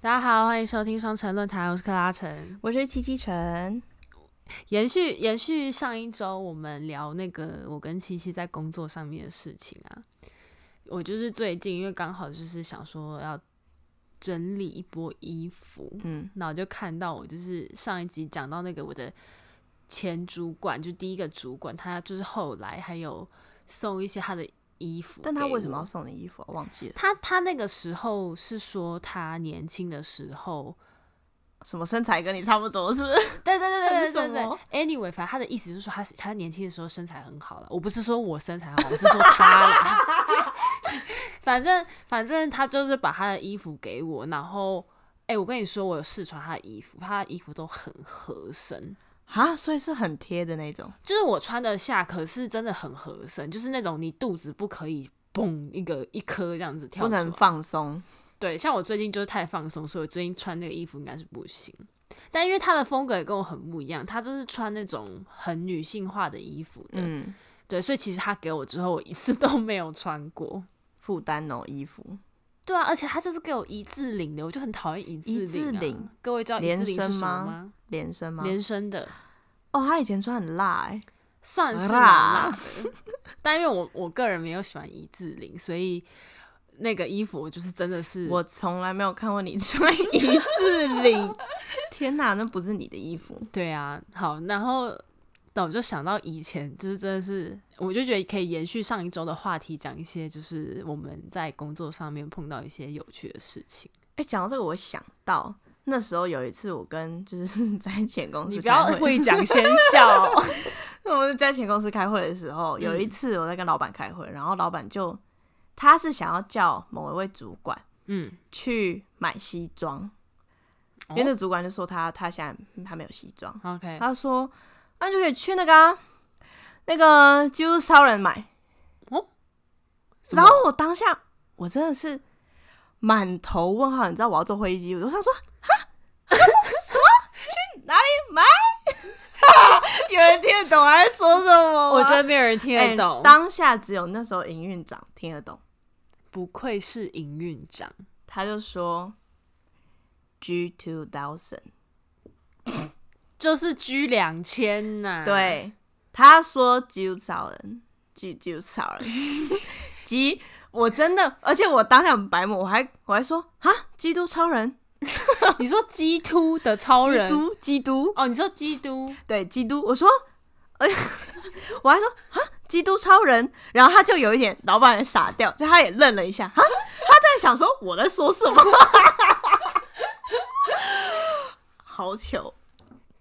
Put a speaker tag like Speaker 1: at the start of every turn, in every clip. Speaker 1: 大家好，欢迎收听双城论坛，我是克拉城。
Speaker 2: 我是七七晨，
Speaker 1: 延续延续上一周我们聊那个我跟七七在工作上面的事情啊，我就是最近因为刚好就是想说要整理一波衣服，
Speaker 2: 嗯，
Speaker 1: 然后就看到我就是上一集讲到那个我的前主管，就第一个主管，他就是后来还有送一些他的衣服，
Speaker 2: 但他为什么要？送你衣服啊？我忘记了，
Speaker 1: 他他那个时候是说他年轻的时候，
Speaker 2: 什么身材跟你差不多是不是？
Speaker 1: 对对对对对对
Speaker 2: 还是什么
Speaker 1: 对。Anyway，反正他的意思就是说他他年轻的时候身材很好了。我不是说我身材好，我是说他啦。 反正反正他就是把他的衣服给我，然后哎、我跟你说，我有试穿他的衣服，他的衣服都很合身。
Speaker 2: 啊，所以是很贴的那种，
Speaker 1: 就是我穿得下，可是真的很合身，就是那种你肚子不可以嘣一个一颗这样子跳
Speaker 2: 不
Speaker 1: 出来，
Speaker 2: 能放松。
Speaker 1: 对，像我最近就是太放松，所以我最近穿那个衣服应该是不行。但因为他的风格也跟我很不一样，他就是穿那种很女性化的衣服的，
Speaker 2: 嗯，
Speaker 1: 对，所以其实他给我之后，我一次 都没有穿过。
Speaker 2: 负担哦，衣服
Speaker 1: 对啊，而且他就是给我一字领的，我就很讨厌一字
Speaker 2: 一
Speaker 1: 领、啊。
Speaker 2: 字领
Speaker 1: 各位知道一字
Speaker 2: 连
Speaker 1: 领是
Speaker 2: 身
Speaker 1: 什么
Speaker 2: 吗
Speaker 1: 吗？
Speaker 2: 连身吗？
Speaker 1: 连身的，
Speaker 2: 哦，他以前穿很辣哎、
Speaker 1: 算是
Speaker 2: 辣
Speaker 1: 蛮
Speaker 2: 啊
Speaker 1: 辣 的，但因为我我个人没有喜欢一字领，所以那个衣服我就是真的是
Speaker 2: 我从来没有看过你穿一字领。 天哪，那不是你的衣服。
Speaker 1: 对啊，好，然后那我就想到以前，就是真的是，我就觉得可以延续上一周的话题，讲一些就是我们在工作上面碰到一些有趣的事情。
Speaker 2: 哎、讲到这个，我想到那时候有一次，我跟就是 在前公司
Speaker 1: 你不要
Speaker 2: 开会
Speaker 1: 会 讲先笑，
Speaker 2: 我们在前公司开会的时候，
Speaker 1: 嗯
Speaker 2: 有一次我在跟老板开会，然后老板就他是想要叫某一位主管
Speaker 1: 嗯，
Speaker 2: 去买西装，因为那主管就说他他现在嗯他没有西装，
Speaker 1: OK，
Speaker 2: 他说那就可以去那个啊、那个几乎超人买，
Speaker 1: 哦什么
Speaker 2: 然后我当下我真的是满头问号，你知道我要做会议记录，我就想说哈，他说什么 去哪里买？有人听得懂我在说什么吗？
Speaker 1: 我觉得没有人听
Speaker 2: 啊哎
Speaker 1: 得懂，
Speaker 2: 当下只有那时候营运长听得懂，
Speaker 1: 不愧是营运长，
Speaker 2: 他就说 G two thousand，、
Speaker 1: 就是 G 两千呐，，
Speaker 2: 对，他说 G 超人，G G 超人，G，我真的，而且我当下很白目，我还我还说啊，基督超人，
Speaker 1: 你说基督的超人
Speaker 2: 基。督 基督，
Speaker 1: 哦，你说基 督，
Speaker 2: 对基督，我说，哎，我还说啊，基督超人，然后他就有一点老板也傻掉，就他也愣了一下，啊，他在想说我在说什么， 好糗。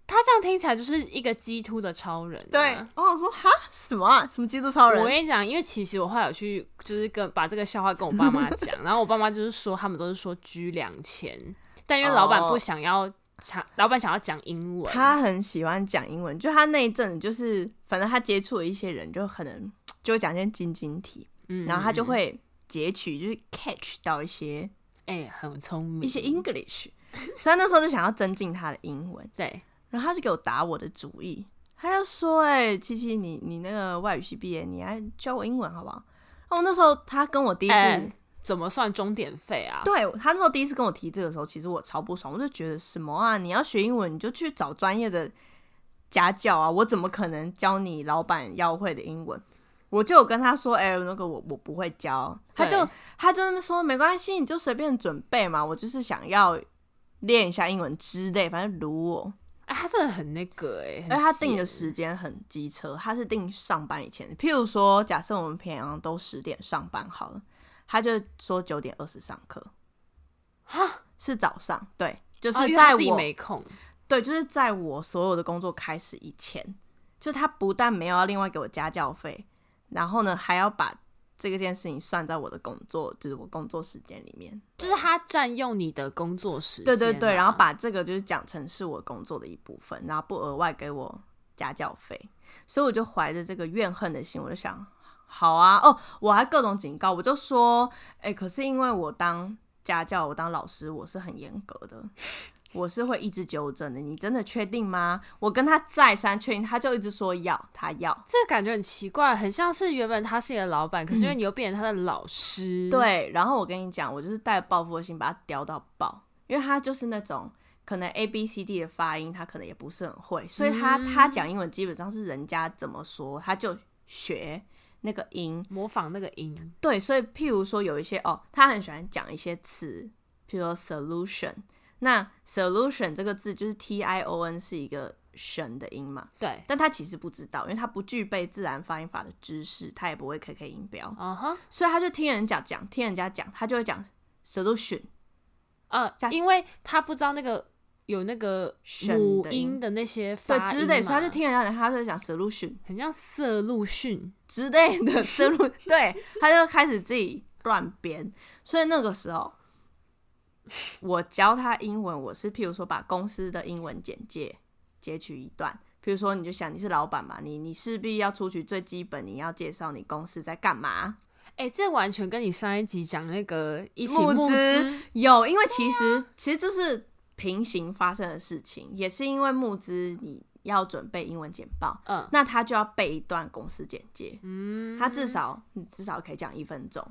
Speaker 1: 他这样听起来就是一个基督的超人、啊
Speaker 2: 对，我想说哈什么啊，什么基督超
Speaker 1: 我
Speaker 2: 人？
Speaker 1: 跟你讲，因为其实我后来有去，就是跟把这个笑话跟我爸妈 讲，然后我爸妈就是说他们都是说 G 两千，但因为老板
Speaker 2: 哦
Speaker 1: 不想要讲，老板想要讲英文，
Speaker 2: 他很喜欢讲英文，就他那一阵子就是，反正他接触了一些人，就可能就会讲一些晶晶体，
Speaker 1: 嗯
Speaker 2: 然后他就会截取，就是 catch 到一些
Speaker 1: 哎、很聪明，
Speaker 2: 一些 English，所以他那时候就想要增进他的英文，
Speaker 1: 对，
Speaker 2: 然后他就给我打我的主意，他就说：“哎、七七，你你那个外语系毕业，你来教我英文好不好？”哦，那时候他跟我第一次，
Speaker 1: 哎怎么算钟点费啊？
Speaker 2: 对他那时候第一次跟我提这个时候，其实我超不爽，我就觉得什么啊，你要学英文你就去找专业的家教啊，我怎么可能教你老板要会的英文？我就有跟他说，哎、那个我我不会教，他就
Speaker 1: 对
Speaker 2: 他就那么说，没关系，你就随便准备嘛，我就是想要练一下英文之类，反正如我。
Speaker 1: 哎、他真的很那个哎、很
Speaker 2: 而他定的
Speaker 1: 贱
Speaker 2: 时间很机车，他是定上班以前。譬如说，假设我们平常都十点上班好了，他就说九点二十上课，
Speaker 1: 哈，
Speaker 2: 是早上，对，就
Speaker 1: 哦因
Speaker 2: 是
Speaker 1: 为他
Speaker 2: 在
Speaker 1: 自己
Speaker 2: 我、
Speaker 1: 没空，
Speaker 2: 对，就是在我所有的工作开始以前，就他不但没有要另外给我加教费，然后呢还要把这个件事情算在我的工作，就是我工作时间里面。
Speaker 1: 就是他占用你的工作时间
Speaker 2: 对
Speaker 1: 啊、
Speaker 2: 对对，然后把这个就是讲成是我工作的一部分，然后不额外给我家教费，所以我就怀着这个怨恨的心，我就想，好啊，哦，我还各种警告，我就说，哎、可是因为我当家教，我当老师，我是很严格的。我是会一直纠正的，你真的确定吗？我跟他再三确定，他就一直说要，他要。
Speaker 1: 这个感觉很奇怪，很像是原本他是你的老板，可是
Speaker 2: 嗯
Speaker 1: 因为你又变成他的老师，
Speaker 2: 对，然后我跟你讲，我就是带报复的心把他叼到爆，因因为他就是那种可能 A B C D 的发音，他可能也不是很会，所以他、他讲英文基本上是人家怎么说他就学那个音。
Speaker 1: 模仿那个音，
Speaker 2: 对，所以譬如说有一些哦，他很喜欢讲一些词，譬如说 solution。那 solution 这个字就是 T I O N 是一个神的音嘛，
Speaker 1: 对，
Speaker 2: 但他其实不知道，因为他不具备自然发音法的知识，他也不会 KK 音标，
Speaker 1: 嗯哼，
Speaker 2: 所以他就听人家讲，听人家讲，他就会讲 solution。
Speaker 1: 呃
Speaker 2: 下，
Speaker 1: 因为他不知道那个有那个
Speaker 2: 神
Speaker 1: 母
Speaker 2: 的音
Speaker 1: 音的那些发
Speaker 2: 对
Speaker 1: 音
Speaker 2: 之类，所以他就
Speaker 1: 嘛
Speaker 2: 听人家讲，他就讲 solution
Speaker 1: 很像色路训，
Speaker 2: 之类的 solution，对，他就开始自己乱编。所以那个时候，我教他英文，我是譬如说把公司的英文简介截取一段，譬如说你就想你是老板嘛，你你势必要出去最基本，你要介绍你公司在干嘛。
Speaker 1: 哎、这完全跟你上一集讲那个一起
Speaker 2: 募
Speaker 1: 募
Speaker 2: 资
Speaker 1: 资
Speaker 2: 有，因为其实、其实这是平行发生的事情，也是因为募资你要准备英文简报，
Speaker 1: 嗯，
Speaker 2: 那他就要背一段公司简介，嗯，他至少你至少可以讲一分钟，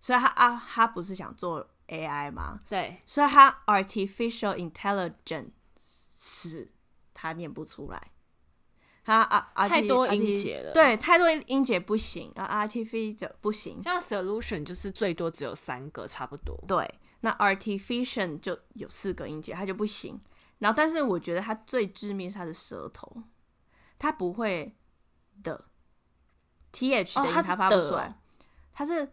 Speaker 2: 所以他啊他不是想做 AI 吗？
Speaker 1: 对，
Speaker 2: 所以他 artificial intelligence 他念不出来，他啊啊
Speaker 1: 太多音节了
Speaker 2: 对，太多音节不行，啊 artificial 不行，
Speaker 1: 像 solution 就是最多只有三个，差不多。
Speaker 2: 对，那 artificial 就有四个音节，它就不行。然后，但是我觉得它最致命是它的舌头，它不会的 th
Speaker 1: 哦
Speaker 2: 的音
Speaker 1: 它是
Speaker 2: 它发不
Speaker 1: 的
Speaker 2: 出
Speaker 1: 哦
Speaker 2: 来，它是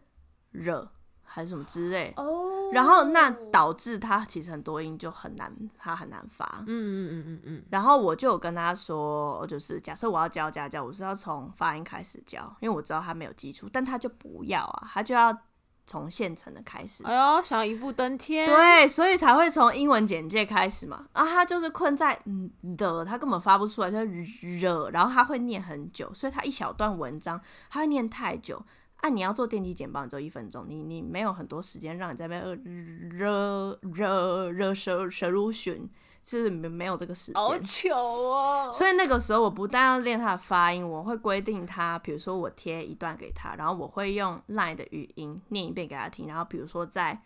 Speaker 2: 惹还是什么之类。
Speaker 1: 哦
Speaker 2: 然后那导致它其实很多音就很难，它很难发。
Speaker 1: 嗯嗯嗯嗯嗯，
Speaker 2: 然后我就有跟他说，就是假设我要教家教，我是要从发音开始教，因为我知道他没有基础，但他就不要啊，他就要从现成的开始。
Speaker 1: 哎呦，想要一步登天，，
Speaker 2: 对，所以才会从英文简介开始嘛。啊，他就是困在嗯的，他根本发不出来，就是惹，然后他会念很久，所以他一小段文章他会念太久。啊，你要做电梯简报，你只有一分钟，你你没有很多时间让你在那边呃惹惹惹舌舌如寻，是没没有这个时间。
Speaker 1: 好糗哦。
Speaker 2: 所以那个时候，我不但要练他的发音，我会规定他，比如说我贴一段给他，然后我会用 LINE 的语音念一遍给他听，然后比如说在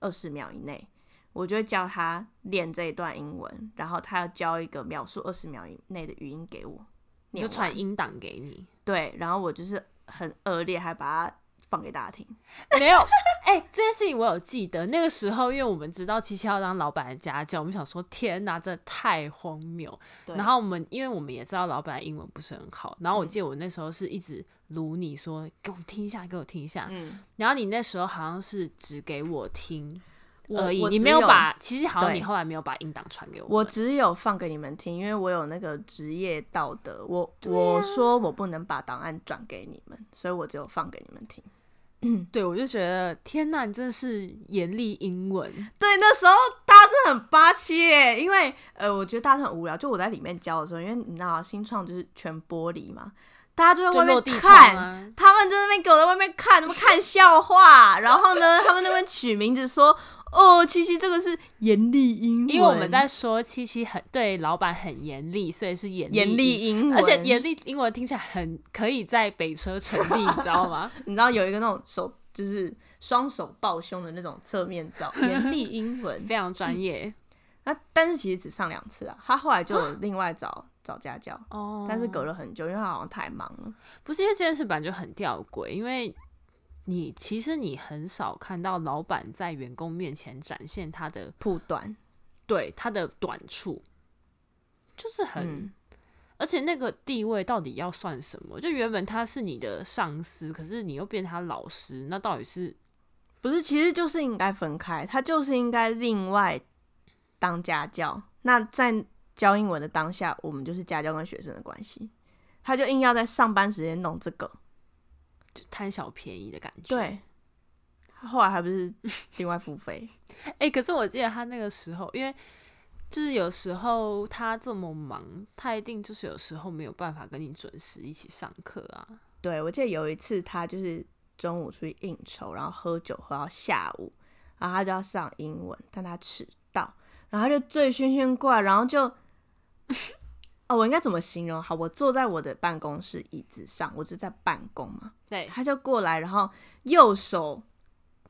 Speaker 2: 二十秒以内，我就会教他练这一段英文，然后他要教一个描述二十秒以内的语音给我，
Speaker 1: 你就
Speaker 2: 念完
Speaker 1: 传音档给你，
Speaker 2: 对，然后我就是很恶劣，还把它放给大家听。
Speaker 1: 没有？哎、这件事情我有记得，那个时候因为我们知道七七要当老板的家教，我们想说天哪，真的太荒谬。
Speaker 2: 对嗯
Speaker 1: 然后我们因为我们也知道老板的英文不是很好，然后我记得我那时候是一直撸你说给我听一下，给我听一下，
Speaker 2: 嗯，
Speaker 1: 然后你那时候好像是只给我听
Speaker 2: 我
Speaker 1: 而已，
Speaker 2: 呃我
Speaker 1: 你
Speaker 2: 只
Speaker 1: 没有
Speaker 2: 有
Speaker 1: 把，其实好像
Speaker 2: 对
Speaker 1: 你后来没有把音档传给我
Speaker 2: 我
Speaker 1: 们。
Speaker 2: 只有放给你们听，因为我有那个职业道德，我、我
Speaker 1: 啊
Speaker 2: 说我不能把档案转给你们，所以我只有放给你们听。
Speaker 1: 对，我就觉得天哪，你真的是严厉英文，
Speaker 2: 对，那时候大家真的很八七耶，因为呃，我觉得大家很无聊。就我在里面教的时候，因为你知道、啊、新创就是全玻璃嘛，大家就在
Speaker 1: 就
Speaker 2: 外
Speaker 1: 落
Speaker 2: 面
Speaker 1: 地窗
Speaker 2: 看，
Speaker 1: 啊。
Speaker 2: 他们在那边给我在外面看，他们看笑话，然后呢，他们那边取名字说，哦，七七这个是严厉英文，
Speaker 1: 因为我们在说七七很对老板很严厉，所以是严
Speaker 2: 严厉
Speaker 1: 厉
Speaker 2: 英文，
Speaker 1: 而且严厉英文听起来很可以在北车成 立，你知道吗？
Speaker 2: 你知道有一个那种手就是双手抱胸的那种侧面 照，严厉英文。
Speaker 1: 非常专业
Speaker 2: 那但是其实只上两次啊，他后来就有另 外找找家教，
Speaker 1: 哦。
Speaker 2: 但是隔了很久，因为他好像太忙了。
Speaker 1: 不是因为这件事本来就很吊诡，因为你其实你很少看到老板在员工面前展现他的
Speaker 2: 铺短，
Speaker 1: 对他的短处，就是很。
Speaker 2: 嗯，
Speaker 1: 而且那个地位到底要算什么？就原本他是你的上司，可是你又变他老师，那到底是
Speaker 2: 不是，其实就是应该分开，他就是应该另外当家教。那在教英文的当下，我们就是家教跟学生的关系，他就硬要在上班时间弄这个，
Speaker 1: 就贪小便宜的感觉？
Speaker 2: 对。后来还不是另外付费，
Speaker 1: 哎、可是我记得他那个时候，因为就是有时候他这么忙，他一定就是有时候没有办法跟你准时一起上课啊。
Speaker 2: 对，我记得有一次他就是中午出去应酬，然后喝酒喝到下午，然后他就要上英文，但他迟到，然后他就醉醺醺过来，然后就，哦，我应该怎么形容？好，我坐在我的办公室椅子上，我就在办公嘛，
Speaker 1: 对，
Speaker 2: 他就过来，然后右手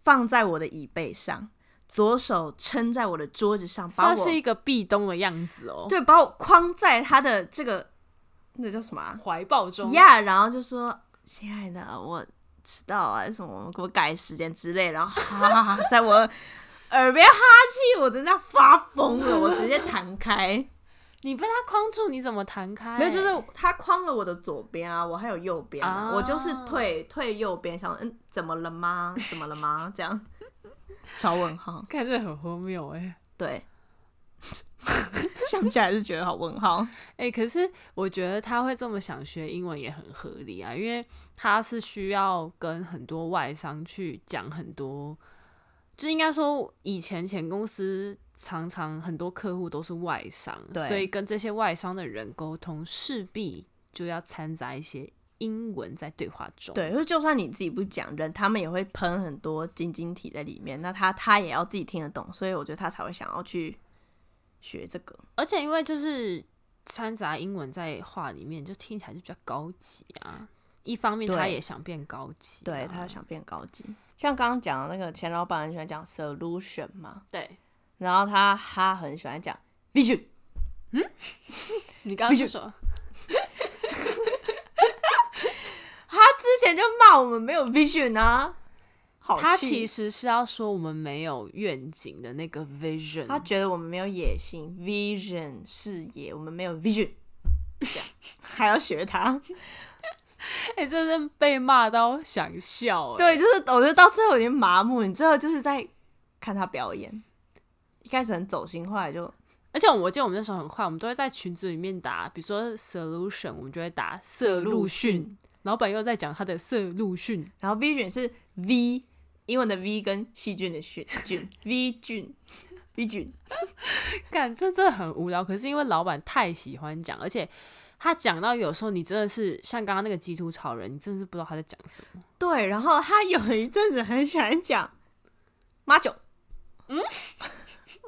Speaker 2: 放在我的椅背上，左手撑在我的桌子上，把
Speaker 1: 算
Speaker 2: 我
Speaker 1: 是一个壁咚的样子哦。
Speaker 2: 对把我框在他的这个那叫什么、啊？
Speaker 1: 怀抱中，
Speaker 2: 呀然后就说：“亲爱的，我迟到啊，什么给我改时间之类。”然后哈哈哈，在我耳边哈气，我真的要发疯了，我直接弹 开。
Speaker 1: 你被他框住，你怎么弹开？
Speaker 2: 没有，就是他框了我的左边啊，我还有右边、啊，
Speaker 1: 啊
Speaker 2: 我就是退退右边，想嗯，怎么了吗？怎么了吗？这样， 小问号，
Speaker 1: 看着很荒谬哎、
Speaker 2: 对， 想起来还是觉得好问号。
Speaker 1: 哎、可是我觉得他会这么想学英文也很合理啊，因为他是需要跟很多外商去讲很多，就应该说以前前公司常常很多客户都是外商，
Speaker 2: 对
Speaker 1: 所以跟这些外商的人沟通势必就要掺杂一些英文在对话中。
Speaker 2: 对，就就算你自己不讲人，他们也会喷很多晶晶体在里面。那他他也要自己听得懂，所以我觉得他才会想要去学这个。
Speaker 1: 而且因为就是掺杂英文在话里面，就听起来就比较高级啊。一方面他
Speaker 2: 对
Speaker 1: 也想变高级啊、
Speaker 2: 对他想变高级，像刚刚讲的那个前老板很喜欢讲 solution 嘛，
Speaker 1: 对。
Speaker 2: 然后他他很喜欢讲 vision，
Speaker 1: 你刚刚是说
Speaker 2: 他之前就骂我们没有 vision 啊，好
Speaker 1: 他
Speaker 2: 气
Speaker 1: 其实是要说我们没有愿景的那个 vision，
Speaker 2: 他觉得我们没有野心，vision 视野，我们没有 vision，这样 还要学他。
Speaker 1: 哎、真是被骂到想笑、哎，
Speaker 2: 对，就是我觉得到最后有点麻木，你最后就是在看他表演。一开始很走心，后来就
Speaker 1: 而且我记得我们那时候很快，我们都会在群组里面打，比如说 solution，我们就会打色路讯，，老板又在讲他的色路讯，
Speaker 2: 然后 vision 是 V 英文的 V 跟细菌的菌菌 V 菌 V 菌，
Speaker 1: 干这真的很无聊。可是因为老板太喜欢讲，而且他讲到有时候你真的是像刚刚那个基督超人，你真的是不知道他在讲什么。
Speaker 2: 对。然后他有一阵子很喜欢讲妈酒， 嗯，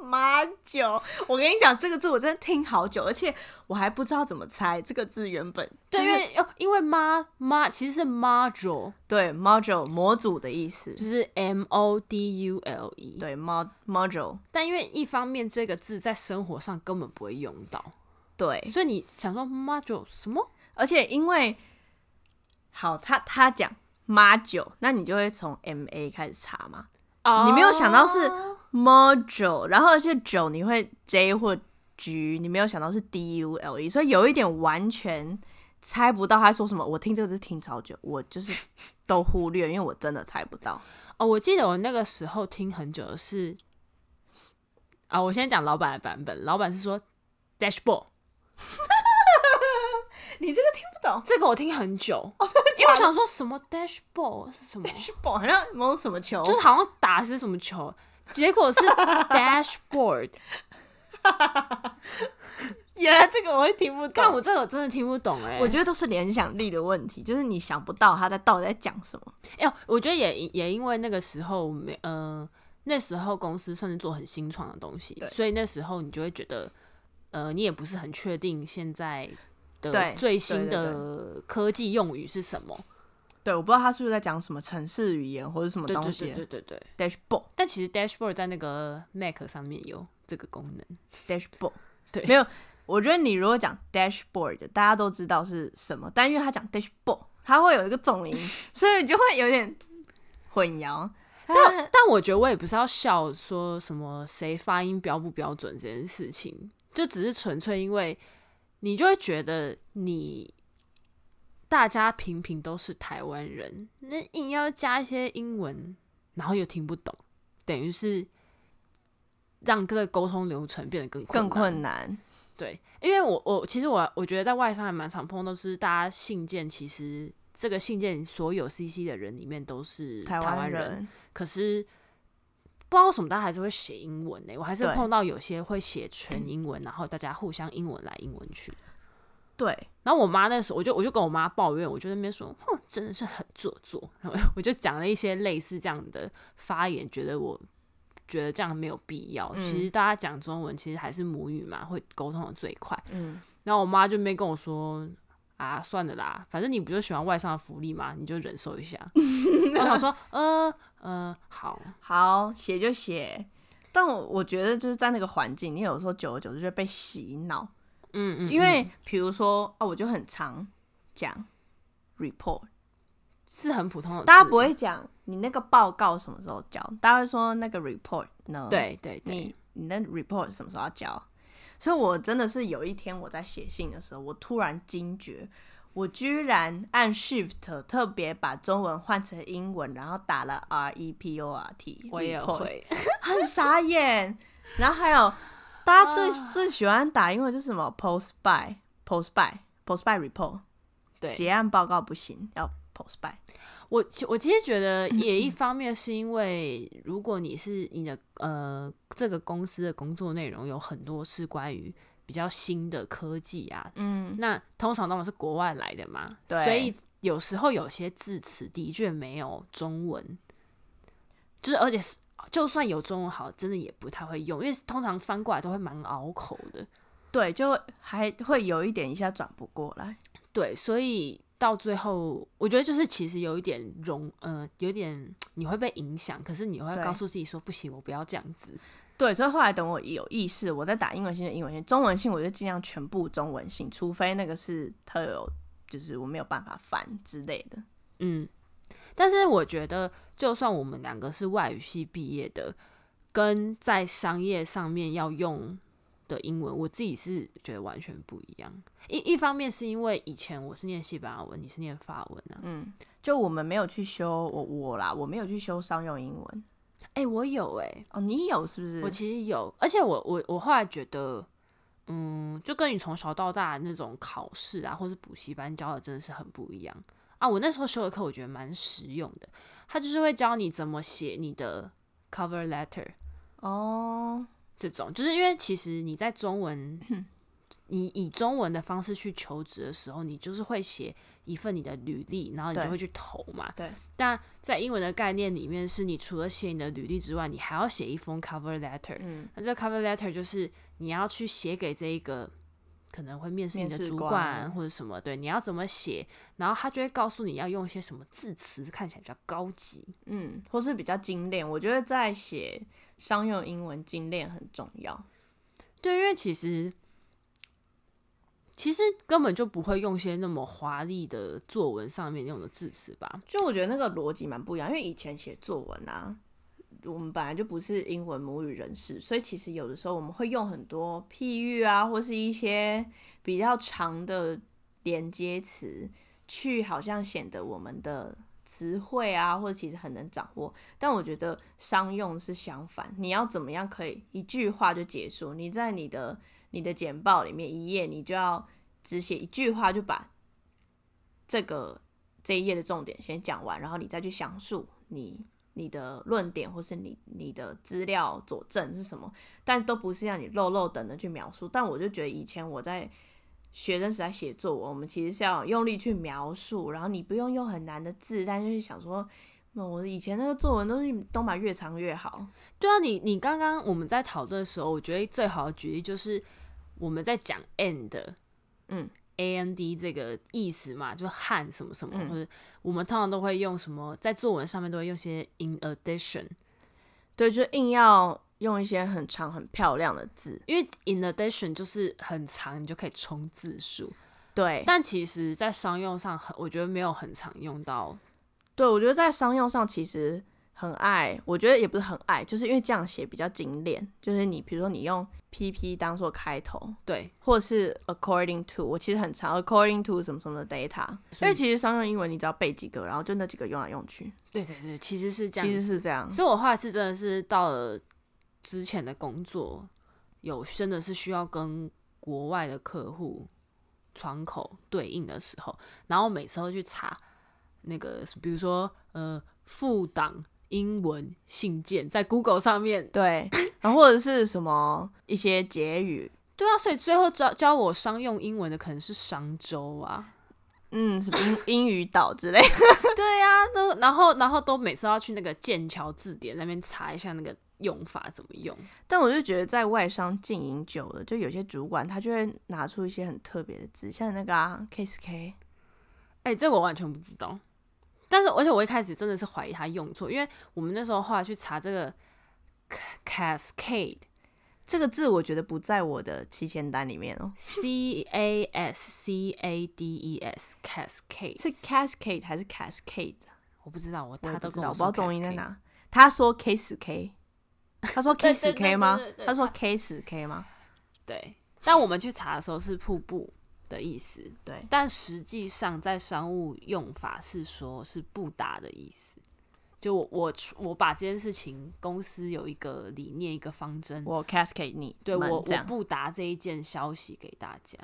Speaker 2: 妈酒。我跟你讲这个字，我真的听好久，而且我还不知道怎么猜这个字原本
Speaker 1: 对，
Speaker 2: 就
Speaker 1: 因
Speaker 2: 是
Speaker 1: 为哦，因为妈妈其实是 module，
Speaker 2: 对 module 模组的意思，
Speaker 1: 就是 M O D U L E。
Speaker 2: 对 mod module
Speaker 1: 但因为一方面这个字在生活上根本不会用到，
Speaker 2: 对。
Speaker 1: 所以你想说妈就什么？
Speaker 2: 而且因为好，他他讲妈九，那你就会从 M A 开始查嘛
Speaker 1: 哦
Speaker 2: 你没有想到是 module，然后而且九你会 J 或 G，你没有想到是 D U L E，所以有一点完全猜不到他说什么。我听这个字听超久，我就是都忽略，因为我真的猜不到。
Speaker 1: 哦，我记得我那个时候听很久的是啊、我先讲老板的版本，老板是说 dashboard，
Speaker 2: 你这个听不懂，
Speaker 1: 这个我听很久，因为我想说什么 dashboard 是什么，
Speaker 2: 是懂好像某什么球，
Speaker 1: 就是好像打是什么球，结果 是 dashboard，
Speaker 2: 原来这个我会听不
Speaker 1: 但
Speaker 2: 懂。
Speaker 1: 我这个真的听不懂哎、
Speaker 2: 我觉得都是联想力的问题，就是你想不到他在到底在讲什么。
Speaker 1: 哎、我觉得也也因为那个时候没，呃，那时候公司算是做很新创的东西
Speaker 2: 对，
Speaker 1: 所以那时候你就会觉得，呃，你也不是很确定现在的
Speaker 2: 对
Speaker 1: 最新
Speaker 2: 对对
Speaker 1: 的科技用语是什么。
Speaker 2: 对，我不知道他是不是在讲什么城市语言或者什么
Speaker 1: 对
Speaker 2: 东
Speaker 1: 对
Speaker 2: 西
Speaker 1: 对对对对。
Speaker 2: dashboard
Speaker 1: 但其实 dashboard 在那个 Mac 上面有这个功能。
Speaker 2: dashboard。
Speaker 1: 对
Speaker 2: 没有，我觉得你如果讲 dashboard，大家都知道是什么，但因为他讲 dashboard，他会有一个 重音，所以就会有点混淆。
Speaker 1: 但但我觉得我也不是要笑说什么谁发音标不标准这件事情，就只是纯粹因为你就会觉得你大家平平都是台湾人，那硬要加一些英文，然后又听不懂，等于是让这个沟通流程变得更困
Speaker 2: 更
Speaker 1: 难
Speaker 2: 困难，
Speaker 1: 对，因为我我其实我我觉得在外商还蛮常碰到，是大家信件其实这个信件所有 CC 的人里面都是台
Speaker 2: 湾
Speaker 1: 湾人，可是不知道为什么，大家还是会写英文呢、欸我还是
Speaker 2: 对
Speaker 1: 碰到有些会写全英文，然后大家互相英文来英文去。
Speaker 2: 对，
Speaker 1: 然后我妈那时候，我就我就跟我妈抱怨，我就在那边说，哼，真的是很做作。 我就讲了一些类似这样的发言，觉得我觉得这样没有必要。
Speaker 2: 嗯
Speaker 1: 其实大家讲中文，其实还是母语嘛，会沟通的最快。
Speaker 2: 嗯，
Speaker 1: 然后我妈就没跟我说啊，算了啦，反正你不就喜欢外商的福利吗？你就忍 受一下。我想说，呃呃，好，
Speaker 2: 好，写就写，但我我觉得就是在那个环境，你有时候久而久之就会被洗脑，
Speaker 1: 嗯嗯，
Speaker 2: 因为比如说啊，我就很常讲 report，
Speaker 1: 是很普通的字，
Speaker 2: 大家不会讲你那个报告什么时候交，大家会说那个 report 呢？，
Speaker 1: 对对对，
Speaker 2: 嗯你你那 report 什么时候要交？所以我真的是有一天我在写信的时候，我突然惊觉，我居然按 shift 特别把中文换成英文，然后打了 r e p o r t，
Speaker 1: 我也
Speaker 2: report
Speaker 1: 会，
Speaker 2: 很傻眼。然后还有大家最、最喜欢打英文就是什么 post by post by post by report
Speaker 1: 对，
Speaker 2: 结案报告不行，要 post by。
Speaker 1: 我其我其实觉得
Speaker 2: 嗯
Speaker 1: 也一方面是因为，如果你是你的呃这个公司的工作内容有很多是关于比较新的科技啊，
Speaker 2: 嗯，
Speaker 1: 那通常都是国外来的嘛，
Speaker 2: 对
Speaker 1: 所以有时候有些字词的确没有中文，就是而且是就算有中文好，真的也不太会用，因为通常翻过来都会蛮拗口的，
Speaker 2: 对，就还会有一点一下转不过来。
Speaker 1: 对，所以到最后，我觉得就是其实有一点容，呃，有点你会被影响，可是你会
Speaker 2: 对
Speaker 1: 告诉自己说不行，我不要这样子。
Speaker 2: 对，所以后来等我有意识，我在打英文信的英文信，中文信我就尽量全部中文信，除非那个是它有，就是我没有办法翻之类的。
Speaker 1: 嗯，但是我觉得，就算我们两个是外语系毕业的，跟在商业上面要用的英文，我自己是觉得完全不一样。一一方面是因为以前我是念西班牙文，你是念法文啊。
Speaker 2: 嗯，就我们没有去修我我啦，我没有去修商用英文。
Speaker 1: 哎、我有哎、
Speaker 2: 哦，你有是不是？
Speaker 1: 我其实有，而且我我我后来觉得，嗯，就跟你从小到大那种考试啊，或是补习班教的真的是很不一样啊。我那时候修的课我觉得蛮实用的，他就是会教你怎么写你的 cover letter
Speaker 2: 哦，
Speaker 1: 这种，就是因为其实你在中文，你以中文的方式去求职的时候，你就是会写一份你的履历，然后你就
Speaker 2: 对
Speaker 1: 会去投嘛。
Speaker 2: 对。
Speaker 1: 但在英文的概念里面，是你除了写你的履历之外，你还要写一封 cover letter。
Speaker 2: 嗯，
Speaker 1: 那这个 cover letter 就是你要去写给这一个可能会面试你
Speaker 2: 面
Speaker 1: 的
Speaker 2: 试
Speaker 1: 主
Speaker 2: 官
Speaker 1: 管或者什么，对，你要怎么写，然后他就会告诉你要用一些什么字词看起来比较高级。
Speaker 2: 嗯，或是比较精炼，我觉得在写商用英文精炼很重要。
Speaker 1: 对，因为其实其实根本就不会用一些那么华丽的作文上面用的字词吧。
Speaker 2: 就我觉得那个逻辑蛮不一样，因为以前写作文啊，我们本来就不是英文母语人士，所以其实有的时候我们会用很多譬喻啊，或是一些比较长的连接词，去好像显得我们的词汇啊，或者其实很能掌握。但我觉得商用是相反，你要怎么样可以一句话就结束？你在你的你的简报里面一页，你就要只写一句话就把这个这一页的重点先讲完，然后你再去详述你你的论点或是你你的资料佐证是什么，但都不是让你漏漏等的去描述。但我就觉得以前我在学生时代写作文，我们其实是要用力去描述，然后你不用用很难的字，但就是想说。那我以前那个作文都是都买越长越好，
Speaker 1: 对啊，你你刚刚我们在讨论的时候，我觉得最好的举例就是我们在讲 and，
Speaker 2: 嗯
Speaker 1: ，a n d 这个意思嘛，就和什么什么，
Speaker 2: 嗯
Speaker 1: 或者我们通常都会用什么，在作文上面都会用些 in addition，
Speaker 2: 对，就硬要用一些很长很漂亮的字，
Speaker 1: 因为 in addition 就是很长，你就可以冲字数，
Speaker 2: 对，
Speaker 1: 但其实在商用上很，我觉得没有很常用到。
Speaker 2: 对，我觉得在商用上其实很爱，我觉得也不是很爱，就是因为这样写比较精炼。就是你比如说你用 PP 当做开头，
Speaker 1: 对，
Speaker 2: 或者是 according to，我其实很常 according to 什么什么的 data，因为其实商用英文你只要背几个，然后就那几个用来用去，
Speaker 1: 对对对，其实是这样
Speaker 2: 其实是这样。
Speaker 1: 所以我后来是真的是到了之前的工作，有真的是需要跟国外的客户窗口对应的时候，然后每次都去查那个，比如说呃，副档英文信件在 Google 上面。
Speaker 2: 对，然后或者是什么一些结语，
Speaker 1: 对啊，所以最后教教我商用英文的可能是商周啊。
Speaker 2: 嗯，什么英 英语岛之类。
Speaker 1: 对啊，都然后然后都每次要去那个剑桥字典那边查一下那个用法怎么用。
Speaker 2: 但我就觉得在外商经营久了，就有些主管他就会拿出一些很特别的字，像那个啊 KSK，
Speaker 1: 哎、这个我完全不知道。但是，而且我一开始真的是怀疑他用错，因为我们那时候后来去查这个 cascade，C
Speaker 2: 这个字我觉得不在我的七千单里面哦，
Speaker 1: A S C A D E S cascade，
Speaker 2: 是 cascade 还是 cascade？
Speaker 1: 我不知道，我
Speaker 2: 我
Speaker 1: 他
Speaker 2: 也
Speaker 1: 都
Speaker 2: 不知
Speaker 1: 跟
Speaker 2: 道，我不知
Speaker 1: 说
Speaker 2: 道重音在
Speaker 1: cascade
Speaker 2: 哪。他说 K 死 K，他说 K
Speaker 1: 对
Speaker 2: 死
Speaker 1: 对对
Speaker 2: K 吗
Speaker 1: 对对？对
Speaker 2: 他说 K 死 K 吗？
Speaker 1: 对，但我们去查的时候是瀑布的意思，
Speaker 2: 对，
Speaker 1: 但实际上在商务用法是说是不打的意思。就我我我把这件事情，公司有一个理念一个方针，
Speaker 2: 我 cascade 你，
Speaker 1: 嗯对
Speaker 2: 们
Speaker 1: 我
Speaker 2: 这
Speaker 1: 我
Speaker 2: 样
Speaker 1: 不打这一件消息给大家。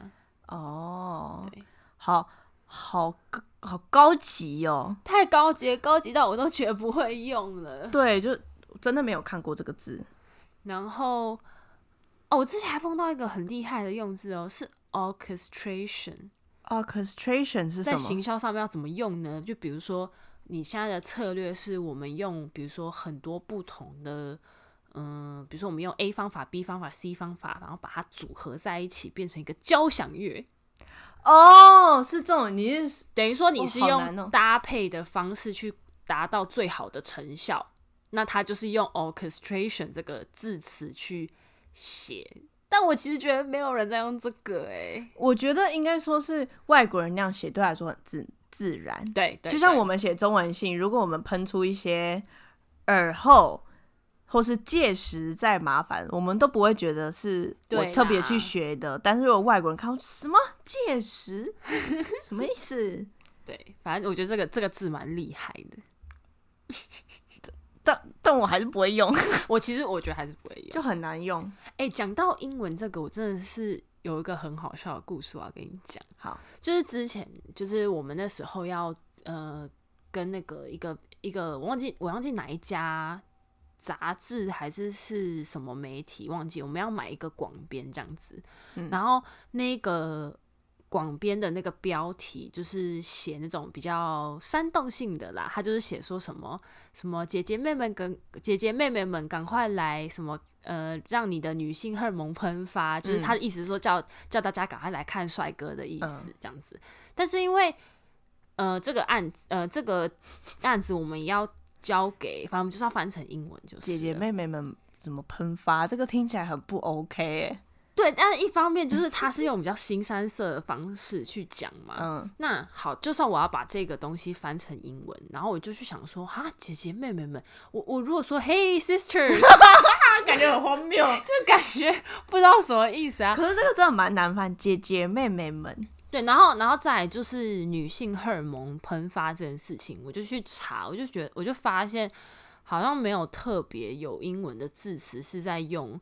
Speaker 2: 哦
Speaker 1: 对，
Speaker 2: 好好高好高级哦，
Speaker 1: 太高级了，高级到我都觉得不会用了。
Speaker 2: 对，就真的没有看过这个字，
Speaker 1: 然后，哦，我之前还碰到一个很厉害的用字哦，是 orchestration。
Speaker 2: orchestration 是什
Speaker 1: 在
Speaker 2: 么？
Speaker 1: 行销上面要怎么用呢？就比如说，你现在的策略是我们用，比如说很多不同的，嗯，比如说我们用 A 方法、B 方法、C 方法，然后把它组合在一起，变成一个交响乐。
Speaker 2: 哦，是这种，你是
Speaker 1: 等于说你
Speaker 2: 哦
Speaker 1: 是
Speaker 2: 好难哦
Speaker 1: 用搭配的方式去达到最好的成效，那它就是用 orchestration 这个字词去写。但我其实觉得没有人在用这个、欸，
Speaker 2: 我觉得应该说是外国人那样写，对他来说很自自然。
Speaker 1: 对，对
Speaker 2: 就像
Speaker 1: 对
Speaker 2: 我们写中文信，如果我们喷出一些耳后或是届时再麻烦，我们都不会觉得是我
Speaker 1: 对啦
Speaker 2: 特别去学的。但是如果外国人看到什么届 时，什么意思？
Speaker 1: 对，反正我觉得这个这个字蛮厉害的。
Speaker 2: 但但我还是不会用，
Speaker 1: 我其实我觉得还是不会用。
Speaker 2: 就很难用。
Speaker 1: 哎、讲到英文这个，我真的是有一个很好笑的故事，我要跟你讲。
Speaker 2: 好，
Speaker 1: 就是之前，就是我们那时候要呃跟那个一个一个，我忘记我忘记哪一家杂志还是是什么媒体，忘记我们要买一个广编这样子，
Speaker 2: 嗯
Speaker 1: 然后那个。广编的那个标题就是写那种比较煽动性的啦，他就是写说什么什么姐姐妹妹跟姐姐妹妹们赶快来什么呃，让你的女性荷尔蒙喷发，就是
Speaker 2: 嗯
Speaker 1: 他的意思是说叫叫大家赶快来看帅哥的意思
Speaker 2: 嗯
Speaker 1: 这样子。但是因为呃这个案呃这个案子我们要交给，反正我们就是要翻成英文就是
Speaker 2: 姐姐
Speaker 1: 了
Speaker 2: 妹妹们怎么喷发？这个听起来很不 OK 欸
Speaker 1: 对，但是一方面就是他是用比较新三色的方式去讲嘛，
Speaker 2: 嗯，
Speaker 1: 那好，就算我要把这个东西翻成英文，然后我就去想说，哈，姐姐妹妹们，我我如果说 Hey sisters，
Speaker 2: 啊感觉很荒谬。
Speaker 1: 就感觉不知道什么意思啊。
Speaker 2: 可是这个真的蛮难翻，姐姐妹妹们，
Speaker 1: 对，然后然后再来就是女性荷尔蒙喷发这件事情，我就去查，我就觉得我就发现好像没有特别有英文的字词是在用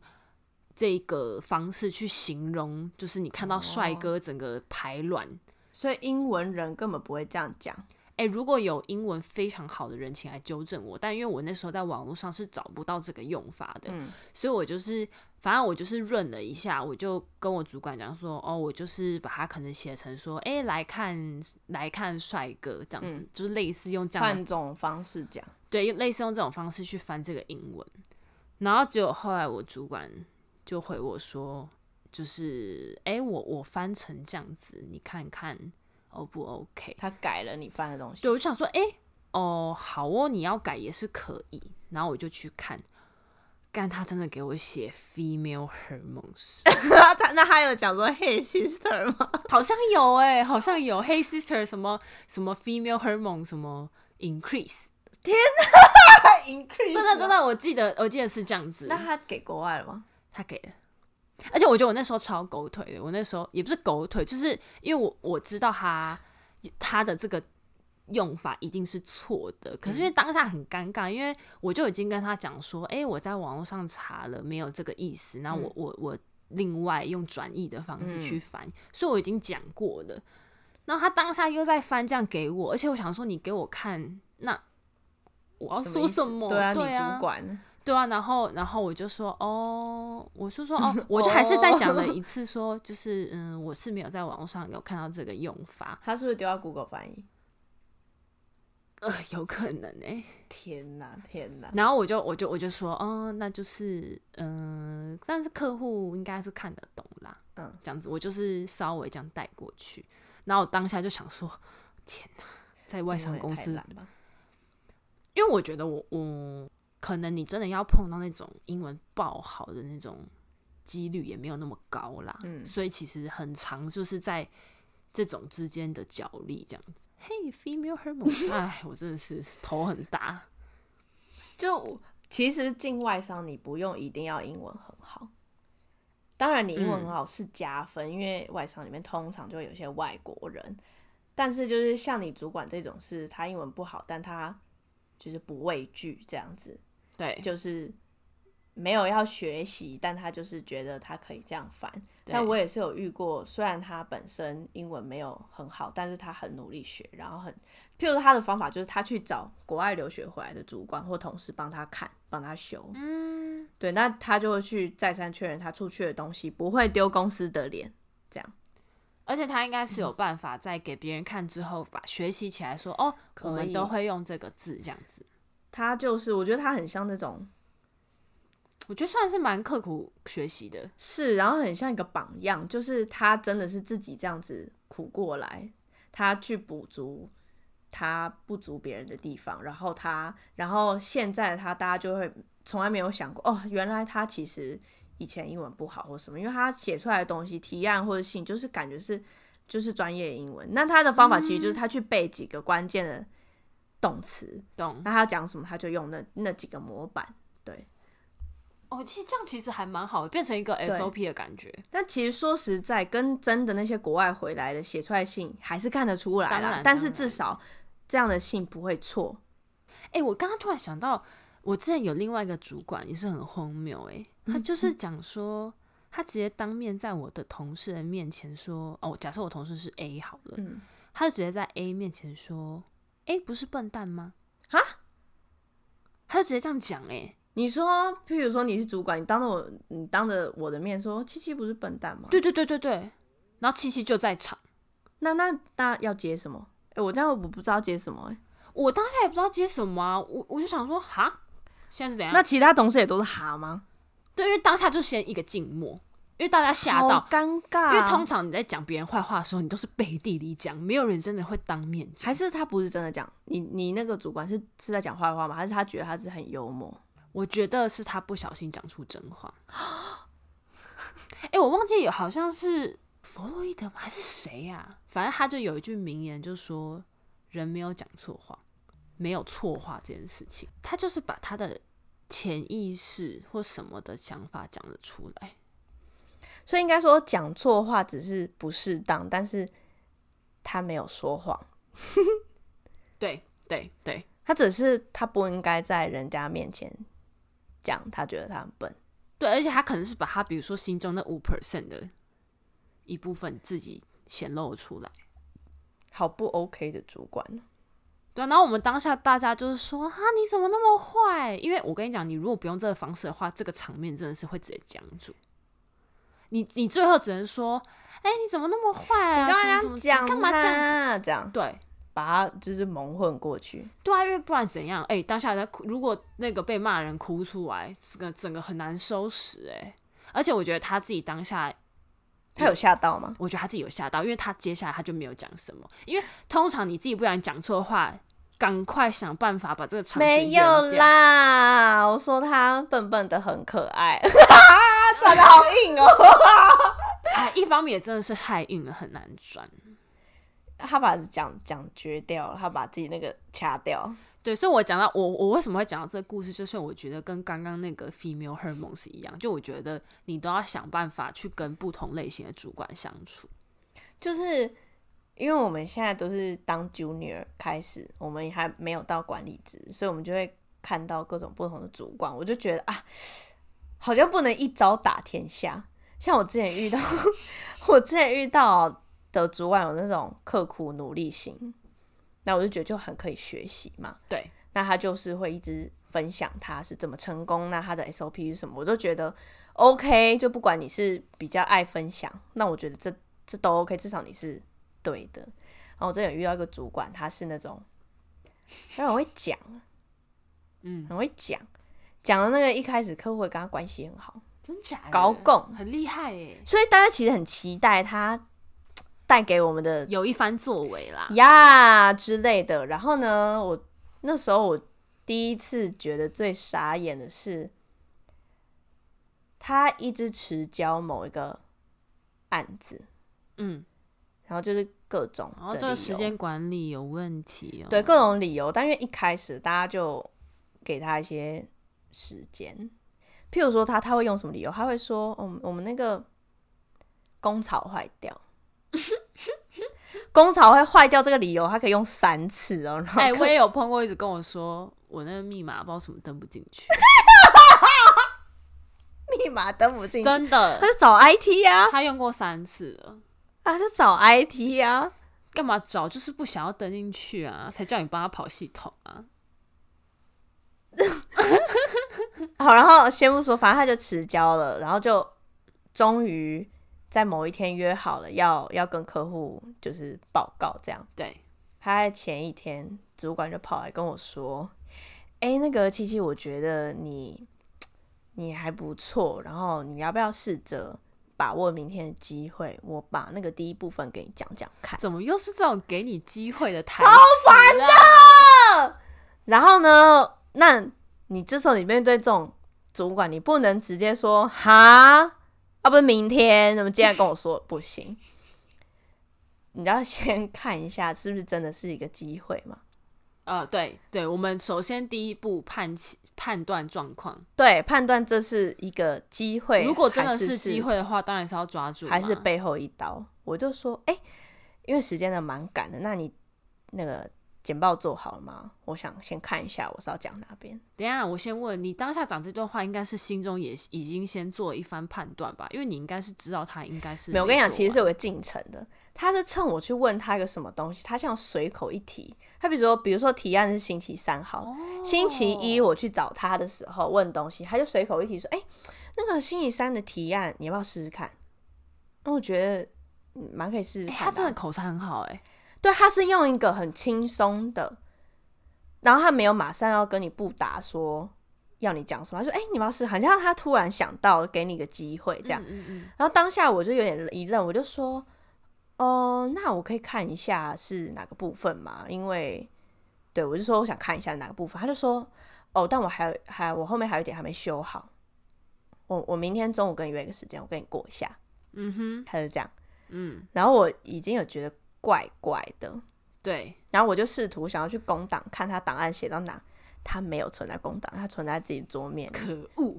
Speaker 1: 这个方式去形容，就是你看到帅哥整个排卵。
Speaker 2: 所以英文人根本不会这样讲。
Speaker 1: 哎、如果有英文非常好的人，请来纠正我。但因为我那时候在网络上是找不到这个用法的，
Speaker 2: 嗯
Speaker 1: 所以我就是，反正我就是润了一下，我就跟我主管讲说，哦，我就是把它可能写成说，哎、来看来看帅哥这样子，
Speaker 2: 嗯
Speaker 1: 就是类似用这样的
Speaker 2: 换种方式讲，
Speaker 1: 对，类似用这种方式去翻这个英文。然后结果后来我主管就回我说，就是，哎、我我翻成这样子，你看看 O 不 OK？
Speaker 2: 他改了你翻的东西。
Speaker 1: 对，我就想说，哎、哦，好哦，你要改也是可以。然后我就去看，干他真的给我写 female hormones，
Speaker 2: 他那他有讲说 Hey sister 吗？
Speaker 1: 好像有哎、好像有 hey sister 什么什么 female hormone 什么 increase，
Speaker 2: 他 increase
Speaker 1: 真的真。的，我记得我记得是这样子
Speaker 2: 那，他给国外了吗？
Speaker 1: 他给的。而且我觉得我那时候超狗腿的，我那时候也不是狗腿，就是因为我我知道他他的这个用法一定是错的，可
Speaker 2: 嗯
Speaker 1: 是因为当下很尴尬，因为我就已经跟他讲说，诶，我在网络上查了，没有这个意思，那
Speaker 2: 嗯
Speaker 1: 我、我我另外用转译的方式去翻，所以我已经讲过了。然后他当下又在翻这样给我，而且我想说你给我看，那我要说
Speaker 2: 意思
Speaker 1: 哦什么？
Speaker 2: 对啊，
Speaker 1: 对
Speaker 2: 你主管
Speaker 1: 对啊，然后然后我就说哦，我就说哦，我就还是再讲了一次说，就是嗯，我是没有在网络上有看到这个用法，
Speaker 2: 他是不是丢到 Google 翻译？
Speaker 1: 呃，有可能哎、
Speaker 2: 天哪，天哪！
Speaker 1: 然后我就我就我就说，嗯，那就是嗯、但是客户应该是看得懂啦，
Speaker 2: 嗯，
Speaker 1: 这样子，我就是稍微这样带过去，然后我当下就想说，天哪，在外商公司
Speaker 2: 因为太懒吧
Speaker 1: 因为我觉得我我可能你真的要碰到那种英文爆好的那种几率也没有那么高啦。
Speaker 2: 嗯
Speaker 1: 所以其实很长就是在这种之间的角力这样子。Hey female hormone，哎，我真的是头很大。
Speaker 2: 就其实境外商你不用一定要英文很好，当然你英文很好是加分，因为外商里面通常就会有一些外国人，但是就是像你主管这种是他英文不好，但他就是不畏惧这样子，
Speaker 1: 对，
Speaker 2: 就是没有要学习，但他就是觉得他可以这样翻。
Speaker 1: 对
Speaker 2: 但我也是有遇过，虽然他本身英文没有很好，但是他很努力学，然后很，譬如说他的方法就是他去找国外留学回来的主管或同事帮他看，帮他修。
Speaker 1: 嗯，
Speaker 2: 对，那他就会去再三确认他出去的东西不会丢公司的脸，这样。
Speaker 1: 而且他应该
Speaker 2: 嗯
Speaker 1: 是有办法在给别人看之后，把学习起来说哦，
Speaker 2: 可
Speaker 1: 我们
Speaker 2: 以
Speaker 1: 都会用这个字这样子。
Speaker 2: 他就是，我觉得他很像那种
Speaker 1: 我觉得算是蛮刻苦学习的，
Speaker 2: 是，然后很像一个榜样，就是他真的是自己这样子苦过来，他去补足他不足别人的地方，然后他，然后现在的他，大家就会从来没有想过，哦，原来他其实以前英文不好或什么，因为他写出来的东西、提案或者信，就是感觉是就是专业英文。那他的方法其实就是他去背几个关键的动词，
Speaker 1: 懂？
Speaker 2: 那他讲什么他就用那那几个模板。
Speaker 1: 哦，其实这样其实还蛮好的，变成一个 SOP 的感觉。
Speaker 2: 但其实说实在，跟真的那些国外回来的写出来的信还是看得出来
Speaker 1: 当
Speaker 2: 啦
Speaker 1: 然。
Speaker 2: 但是
Speaker 1: 当然
Speaker 2: 至少这样的信不会错。
Speaker 1: 哎、我刚刚突然想到，我之前有另外一个主管也是很荒谬，哎，
Speaker 2: 嗯
Speaker 1: 他就是讲说，他直接当面在我的同事的面前说，哦，假设我同事是 A 好了，
Speaker 2: 嗯，
Speaker 1: 他就直接在 A 面前说，A 不是笨蛋吗？
Speaker 2: 啊？
Speaker 1: 他就直接这样讲，哎，
Speaker 2: 你说，譬如说你是主管，你当着我，你当着我的面说七七不是笨蛋吗？
Speaker 1: 对对对对对，然后七七就在场。
Speaker 2: 那那那要接什么？哎、我这样我不知道接什么、
Speaker 1: 哎
Speaker 2: 欸。
Speaker 1: 我当下也不知道接什么啊，我我就想说哈，现在是怎样？
Speaker 2: 那其他同事也都是哈吗？
Speaker 1: 对，因为当下就先一个静默，因为大家吓
Speaker 2: 好
Speaker 1: 到，
Speaker 2: 尴尬
Speaker 1: 因
Speaker 2: 啊。
Speaker 1: 为通常你在讲别人坏话的时候，你都是背地里讲，没有人真的会当面讲。
Speaker 2: 还是他不是真的讲你，你那个主管是是在讲坏话吗？还是他觉得他是很幽默？
Speaker 1: 我觉得是他不小心讲出真话。 哎、我忘记有好像是弗洛伊德吗？还是谁呀、反正他就有一句名言，就说人没有讲错话，没有错话这件事情，他就是把他的潜意识或什么的想法讲了出来。
Speaker 2: 所以应该说讲错话只是不适当，但是他没有说谎，
Speaker 1: 对对对，
Speaker 2: 他只是他不应该在人家面前讲，他觉得他很笨。
Speaker 1: 对，而且他可能是把他比如说心中那五 percent 的一部分自己显露出来。
Speaker 2: 好不 OK 的主管，
Speaker 1: 对啊、然后我们当下大家就是说啊，你怎么那么坏？因为我跟你讲，你如果不用这个方式的话，这个场面真的是会直接僵住。你你最后只能说，哎、你怎么那么坏啊？
Speaker 2: 干嘛
Speaker 1: 什
Speaker 2: 这
Speaker 1: 么
Speaker 2: 样
Speaker 1: 什么
Speaker 2: 讲？
Speaker 1: 干嘛这样？
Speaker 2: 样？这样
Speaker 1: 对
Speaker 2: 把他就是蒙混过去。
Speaker 1: 对啊，因为不然怎样？哎、当下在哭，如果那个被骂人哭出来，这个整个很难收拾哎、而且我觉得他自己当下
Speaker 2: 他有吓 到吗？
Speaker 1: 我觉得他自己有吓到，因为他接下来他就没有讲什么，因为通常你自己不然讲错话，赶快想办法把这个场子
Speaker 2: 没
Speaker 1: 圆
Speaker 2: 有
Speaker 1: 掉。
Speaker 2: 啦，我说他笨笨的很可爱， 转的好硬哦。
Speaker 1: 哎，一方面也真的是太硬了，很难转。
Speaker 2: 他把讲讲绝掉了，他把自己那个掐掉。
Speaker 1: 对，所以我讲到我我为什么会讲到这个故事，就是我觉得跟刚刚那个 female hormones 一样，就我觉得你都要想办法去跟不同类型的主管相处。
Speaker 2: 就是因为我们现在都是当 junior 开始，我们还没有到管理职，所以我们就会看到各种不同的主管，我就觉得啊，好像不能一招打天下。像我之前遇到， 我之前遇到的主管有那种刻苦努力型，那我就觉得就很可以学习嘛。
Speaker 1: 对，
Speaker 2: 那他就是会一直分享他是怎么成功，那他的 SOP 是什么，我都觉得 OK。就不管你是比较爱分享，那我觉得这这都 OK，至少你是对的。然后我之前有遇到一个主管，他是那种，他很会讲，
Speaker 1: 嗯，
Speaker 2: 很会讲，讲的那个一开始客户会跟他关系很好，
Speaker 1: 真假的
Speaker 2: 高共
Speaker 1: 很厉害耶，
Speaker 2: 所以大家其实很期待他带给我们的
Speaker 1: 有一番作为啦。
Speaker 2: 呀之类的。然后呢，我那时候我第一次觉得最傻眼的是，他一直迟交某一个案子，
Speaker 1: 嗯，
Speaker 2: 然后就是各种
Speaker 1: 然后
Speaker 2: 的
Speaker 1: 哦这个
Speaker 2: 理
Speaker 1: 时
Speaker 2: 由
Speaker 1: 间管理有问题哦。
Speaker 2: 对各种理由，但因为一开始大家就给他一些时间，譬如说他他会用什么理由？他会说，嗯，我们那个工草坏掉， 工草会坏掉这个理由，他可以用三次哦。然 后
Speaker 1: 哎、我也有碰过，一直跟我说我那个密码不知道什么登不进去，
Speaker 2: 密码登不进去，
Speaker 1: 真的
Speaker 2: 他，就找 IT 呀、 啊，
Speaker 1: 他用过三次了，
Speaker 2: 他就找 IT 呀、啊。
Speaker 1: 干嘛找？就是不想要登进去啊，才叫你帮他跑系统啊。
Speaker 2: 好，然后先不说，反正他就迟交了，然后就终于在某一天约好了要要跟客户就是报告这样。
Speaker 1: 对，
Speaker 2: 他在前一天，主管就跑来跟我说：“哎、那个七七，我觉得你你还不错，然后你要不要试着把握明天的机会？我把那个第一部分给你讲讲看。
Speaker 1: 怎么又是这种给你机会的台、啊？超烦的！
Speaker 2: 然后呢，那你这时候你面对这种主管，你不能直接说哈，啊要不是明天怎么竟然跟我说 不行？你要先看一下是不是真的是一个机会嘛。”
Speaker 1: 呃，对对，我们首先第一步判起判断状况，
Speaker 2: 对，判断这是一个机会。
Speaker 1: 如果真的
Speaker 2: 还是
Speaker 1: 是机，会的话，当然是要抓住嘛，
Speaker 2: 还是背后一刀？我就说，哎、因为时间的蛮赶的，那你那个简报做好了吗？我想先看一下，我是要讲哪边。
Speaker 1: 等一下，我先问你，当下讲这段话，应该是心中也已经先做一番判断吧？因为你应该是知道他应该是啊
Speaker 2: 没有，我跟你讲，其实是
Speaker 1: 做
Speaker 2: 有个进程的。他是趁我去问他一个什么东西，他像随口一提。他比如说，比如说提案是星期三好了，
Speaker 1: 完
Speaker 2: 星期一
Speaker 1: 哦
Speaker 2: 我去找他的时候问东西，他就随口一提说：“哎、那个星期三的提案，你要不要试试看？”那我觉得嗯蛮可以试试
Speaker 1: 欸
Speaker 2: 看、嗯
Speaker 1: 他真的口才很好哎、
Speaker 2: 对，他是用一个很轻松的，然后他没有马上要跟你不答说要你讲什么，他说：“哎、你们要试。”好像他突然想到给你一个机会这样。
Speaker 1: 嗯嗯
Speaker 2: 然后当下我就有点一愣，我就说：“哦、那我可以看一下是哪个部分嘛？因为对我就说我想看一下哪个部分。”他就说：“哦，但我还有还我后面还有一点还没修好，我我明天中午跟你约一个时间，我跟你过一下。
Speaker 1: 嗯嗯”哼
Speaker 2: 他就这样，
Speaker 1: 嗯，
Speaker 2: 然后我已经有觉得怪怪的，
Speaker 1: 对，
Speaker 2: 然后我就试图想要去工档看他档案写到哪，他没有存在工档，他存在自己桌面里。
Speaker 1: 可恶，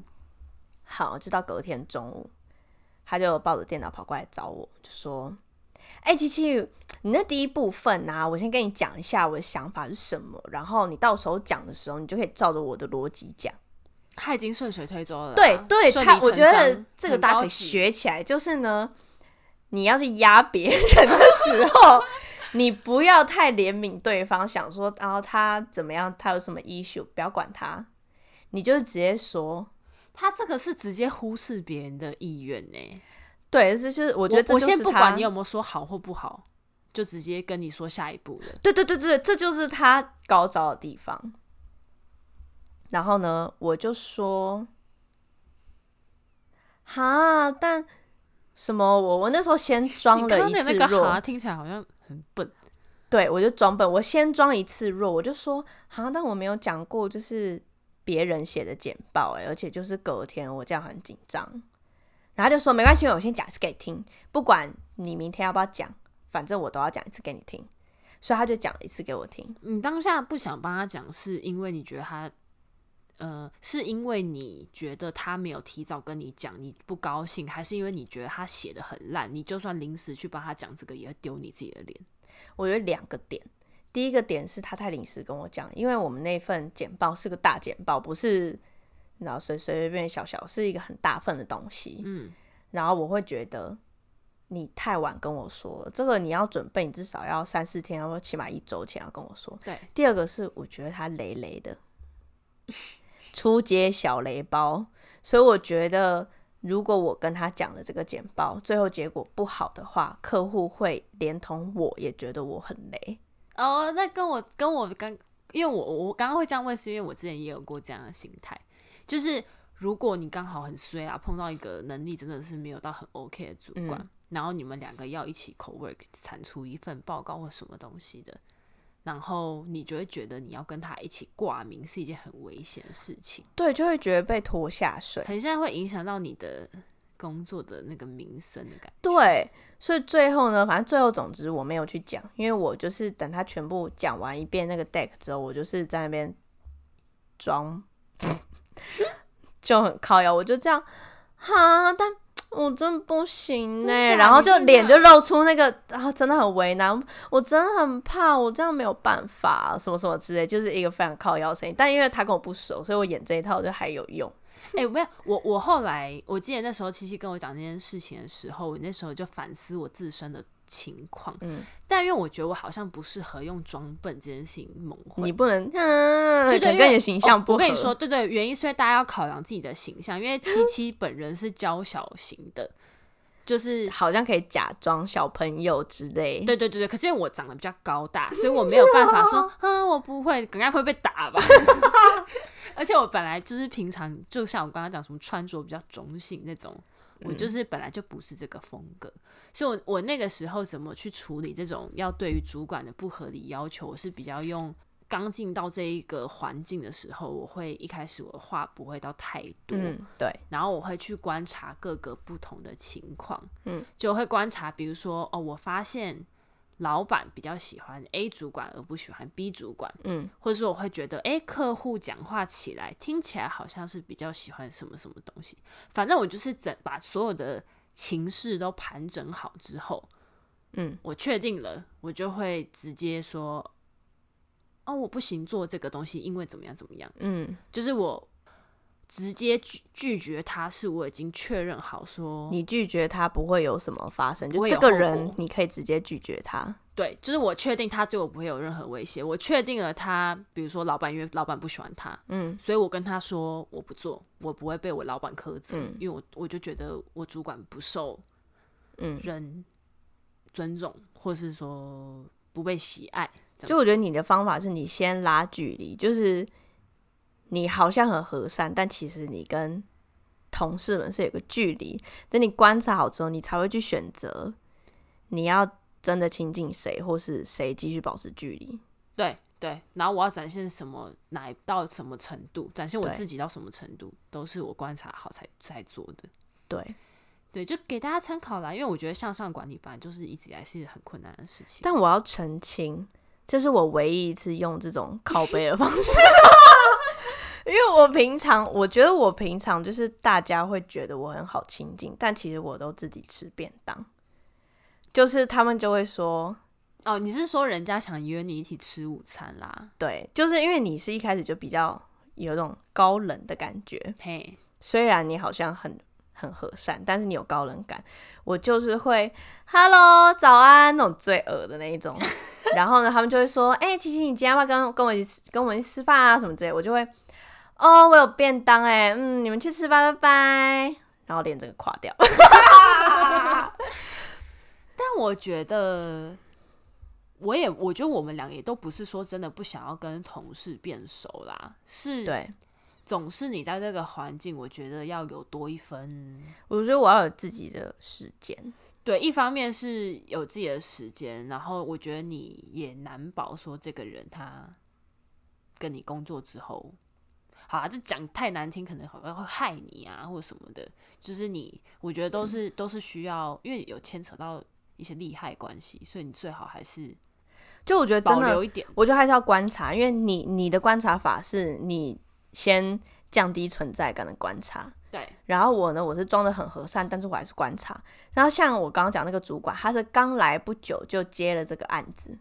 Speaker 2: 好，就到隔天中午，他就抱着电脑跑过来找我，就说：“哎、琪琪，你那第一部分啊，我先跟你讲一下我的想法是什么，然后你到时候讲的时候，你就可以照着我的逻辑讲。”
Speaker 1: 他已经顺水推舟了啦，
Speaker 2: 对对，
Speaker 1: 啊顺理
Speaker 2: 他我
Speaker 1: 成
Speaker 2: 觉得
Speaker 1: 章
Speaker 2: 这个
Speaker 1: 很
Speaker 2: 大家
Speaker 1: 高
Speaker 2: 可以
Speaker 1: 级
Speaker 2: 学起来，就是呢，你要去压别人的时候，你不要太怜悯对方，想说然后、啊他怎么样，他有什么 issue，不要管他，你就直接说。
Speaker 1: 他这个是直接忽视别人的意愿呢、
Speaker 2: 对，这就是我
Speaker 1: 我
Speaker 2: 觉得这
Speaker 1: 我
Speaker 2: 就是
Speaker 1: 先不
Speaker 2: 他
Speaker 1: 管你有没有说好或不好，就直接跟你说下一步了。
Speaker 2: 对对对对，这就是他高招的地方。然后呢，我就说，哈，但什么我我那时候先装
Speaker 1: 你
Speaker 2: 了
Speaker 1: 刚刚
Speaker 2: 一
Speaker 1: 的
Speaker 2: 次
Speaker 1: 那个
Speaker 2: 弱，
Speaker 1: 哈听起来好像很笨，
Speaker 2: 对，我就装笨，我先装一次弱，我就说哈，但我没有讲过，就是别人写的简报、欸，而且就是隔天，我这样很紧张。然后他就说没关系，我先讲一次给你听，不管你明天要不要讲，反正我都要讲一次给你听。所以他就讲了一次给我听，
Speaker 1: 你当下不想帮他讲，是因为你觉得他，呃，是因为你觉得他没有提早跟你讲，你不高兴，还是因为你觉得他写的很烂，你就算临时去帮他讲这个，也会丢你自己的脸。
Speaker 2: 我有两个点。第一个点是他太临时跟我讲，因为我们那份简报是个大简报，不是你知道随随便便小小，是一个很大份的东西。
Speaker 1: 嗯，
Speaker 2: 然后我会觉得你太晚跟我说了，这个你要准备，你至少要三四天，或起码一周前要跟我说。
Speaker 1: 对，
Speaker 2: 第二个是我觉得他雷雷的， 出街小雷包，所以我觉得如果我跟他讲了这个简报，最后结果不好的话，客户会连同我也觉得我很雷。
Speaker 1: 哦，那跟我跟我刚，因为我我我刚刚会这样问，是因为我之前也有过这样的心态，就是如果你刚好很衰啊，碰到一个能力真的是没有到很 OK 的主管，然后你们两个要一起 co work 产出一份报告或什么东西的，然后你就会觉得你要跟他一起挂名是一件很危险的事情，
Speaker 2: 对，就会觉得被拖下水。
Speaker 1: 很像会影响到你的工作的那个名声的感觉。
Speaker 2: 对，所以最后呢，反正最后总之我没有去讲，因为我就是等他全部讲完一遍那个 deck 之后，我就是在那边装，就很靠腰，我就这样哈，但我真不行
Speaker 1: 真
Speaker 2: 呢、
Speaker 1: 假
Speaker 2: 然后
Speaker 1: 你
Speaker 2: 就
Speaker 1: 真
Speaker 2: 脸
Speaker 1: 的
Speaker 2: 就露出那个啊，真的很为难，我真的很怕，我这样没有办法，什么什么之类，就是一个非常靠腰的声音。但因为他跟我不熟，所以我演这一套就还有用。
Speaker 1: 哎、没有，我我后来我记得那时候七七跟我讲这件事情的时候，我那时候就反思我自身的情况，
Speaker 2: 嗯，
Speaker 1: 但因为我觉得我好像不适合用装笨这件事情猛混。
Speaker 2: 你不能，嗯、
Speaker 1: 对对，
Speaker 2: 可能
Speaker 1: 因
Speaker 2: 跟
Speaker 1: 为哦
Speaker 2: 你的形象不合、
Speaker 1: 我跟你说，对对，原因是因为大家要考量自己的形象，因为七七本人是娇小型的，就是
Speaker 2: 好像可以假装小朋友之类。
Speaker 1: 对对对对。可是因为我长得比较高大，所以我没有办法说，嗯，我不会，等下会被打吧。而且我本来就是平常，就像我刚刚讲，什么穿着比较中性那种，我就是本来就不是这个风格，所以我我那个时候怎么去处理这种要对于主管的不合理要求，我是比较用。刚进到这一个环境的时候，我会一开始我的话不会到太多，
Speaker 2: 嗯，对，
Speaker 1: 然后我会去观察各个不同的情况，
Speaker 2: 嗯，
Speaker 1: 就会观察，比如说哦，我发现老板比较喜欢 A 主管而不喜欢 B 主管，
Speaker 2: 嗯，
Speaker 1: 或者说我会觉得，诶，客户讲话起来听起来好像是比较喜欢什么什么东西，反正我就是整把所有的情势都盘整好之后，
Speaker 2: 嗯，
Speaker 1: 我确定了，我就会直接说。哦，我不行做这个东西，因为怎么样怎么样，
Speaker 2: 嗯，
Speaker 1: 就是我直接拒拒绝他，是我已经确认好说，
Speaker 2: 你拒绝他不会有什么发生，
Speaker 1: 哦不
Speaker 2: 就
Speaker 1: 会
Speaker 2: 这
Speaker 1: 有
Speaker 2: 个
Speaker 1: 后
Speaker 2: 人
Speaker 1: 果
Speaker 2: 你可以直接拒绝他。
Speaker 1: 对，就是我确定他对我不会有任何威胁，我确定了他，比如说老板，因为老板不喜欢他，
Speaker 2: 嗯，
Speaker 1: 所以我跟他说我不做，我不会被我老板苛责，
Speaker 2: 嗯
Speaker 1: 因为我我就觉得我主管不受
Speaker 2: 嗯
Speaker 1: 人尊重，或是说不被喜爱，这样
Speaker 2: 就我觉得你的方法是你先拉距离，就是你好像很和善，但其实你跟同事们是有个距离。等你观察好之后，你才会去选择你要真的亲近谁，或是谁继续保持距离。
Speaker 1: 对对，然后我要展现什么，哪到什么程度，展现我
Speaker 2: 对
Speaker 1: 自己到什么程度，都是我观察好才才做的。
Speaker 2: 对，
Speaker 1: 对，就给大家参考啦，因为我觉得向上管理本来就是一直以来是很困难的事情。
Speaker 2: 但我要澄清，这是我唯一一次用这种靠背的方式， 因为我平常我觉得我平常就是大家会觉得我很好亲近，但其实我都自己吃便当，就是他们就会说，
Speaker 1: 哦，你是说人家想约你一起吃午餐啦？
Speaker 2: 对，就是因为你是一开始就比较有一种高冷的感觉，
Speaker 1: 嘿，
Speaker 2: 虽然你好像很。很和善，但是你有高冷感，我就是会 “hello 早安”那种最恶的那一 种，然后呢，他们就会说：“哎、琪琪，你今天要不要跟跟我一起吃，跟我一起吃饭啊什么之类。”我就会：“哦，我有便当哎、嗯，你们去吃吧，拜拜。”然后脸整个垮掉。
Speaker 1: 嗯但我觉得，我也我觉得我们两个也都不是说真的不想要跟同事变熟啦，是
Speaker 2: 对，
Speaker 1: 总是你在这个环境，我觉得要有多一分。
Speaker 2: 我觉得我要有自己的时间。
Speaker 1: 对，一方面是有自己的时间，然后我觉得你也难保说这个人他跟你工作之后，好啊，这讲太难听，可能好像会害你啊，或者什么的。就是你，我觉得都是、都是需要，因为有牵扯到一些利害关系，所以你最好还是
Speaker 2: 就我觉得真
Speaker 1: 保
Speaker 2: 的
Speaker 1: 留一点。
Speaker 2: 我觉得还是要观察，因为你你的观察法是你先降低存在感的观察，
Speaker 1: 对，
Speaker 2: 然后我呢，我是装的很和善，但是我还是观察。然后像我刚刚讲那个主管，他是刚来不久就接了这个案子，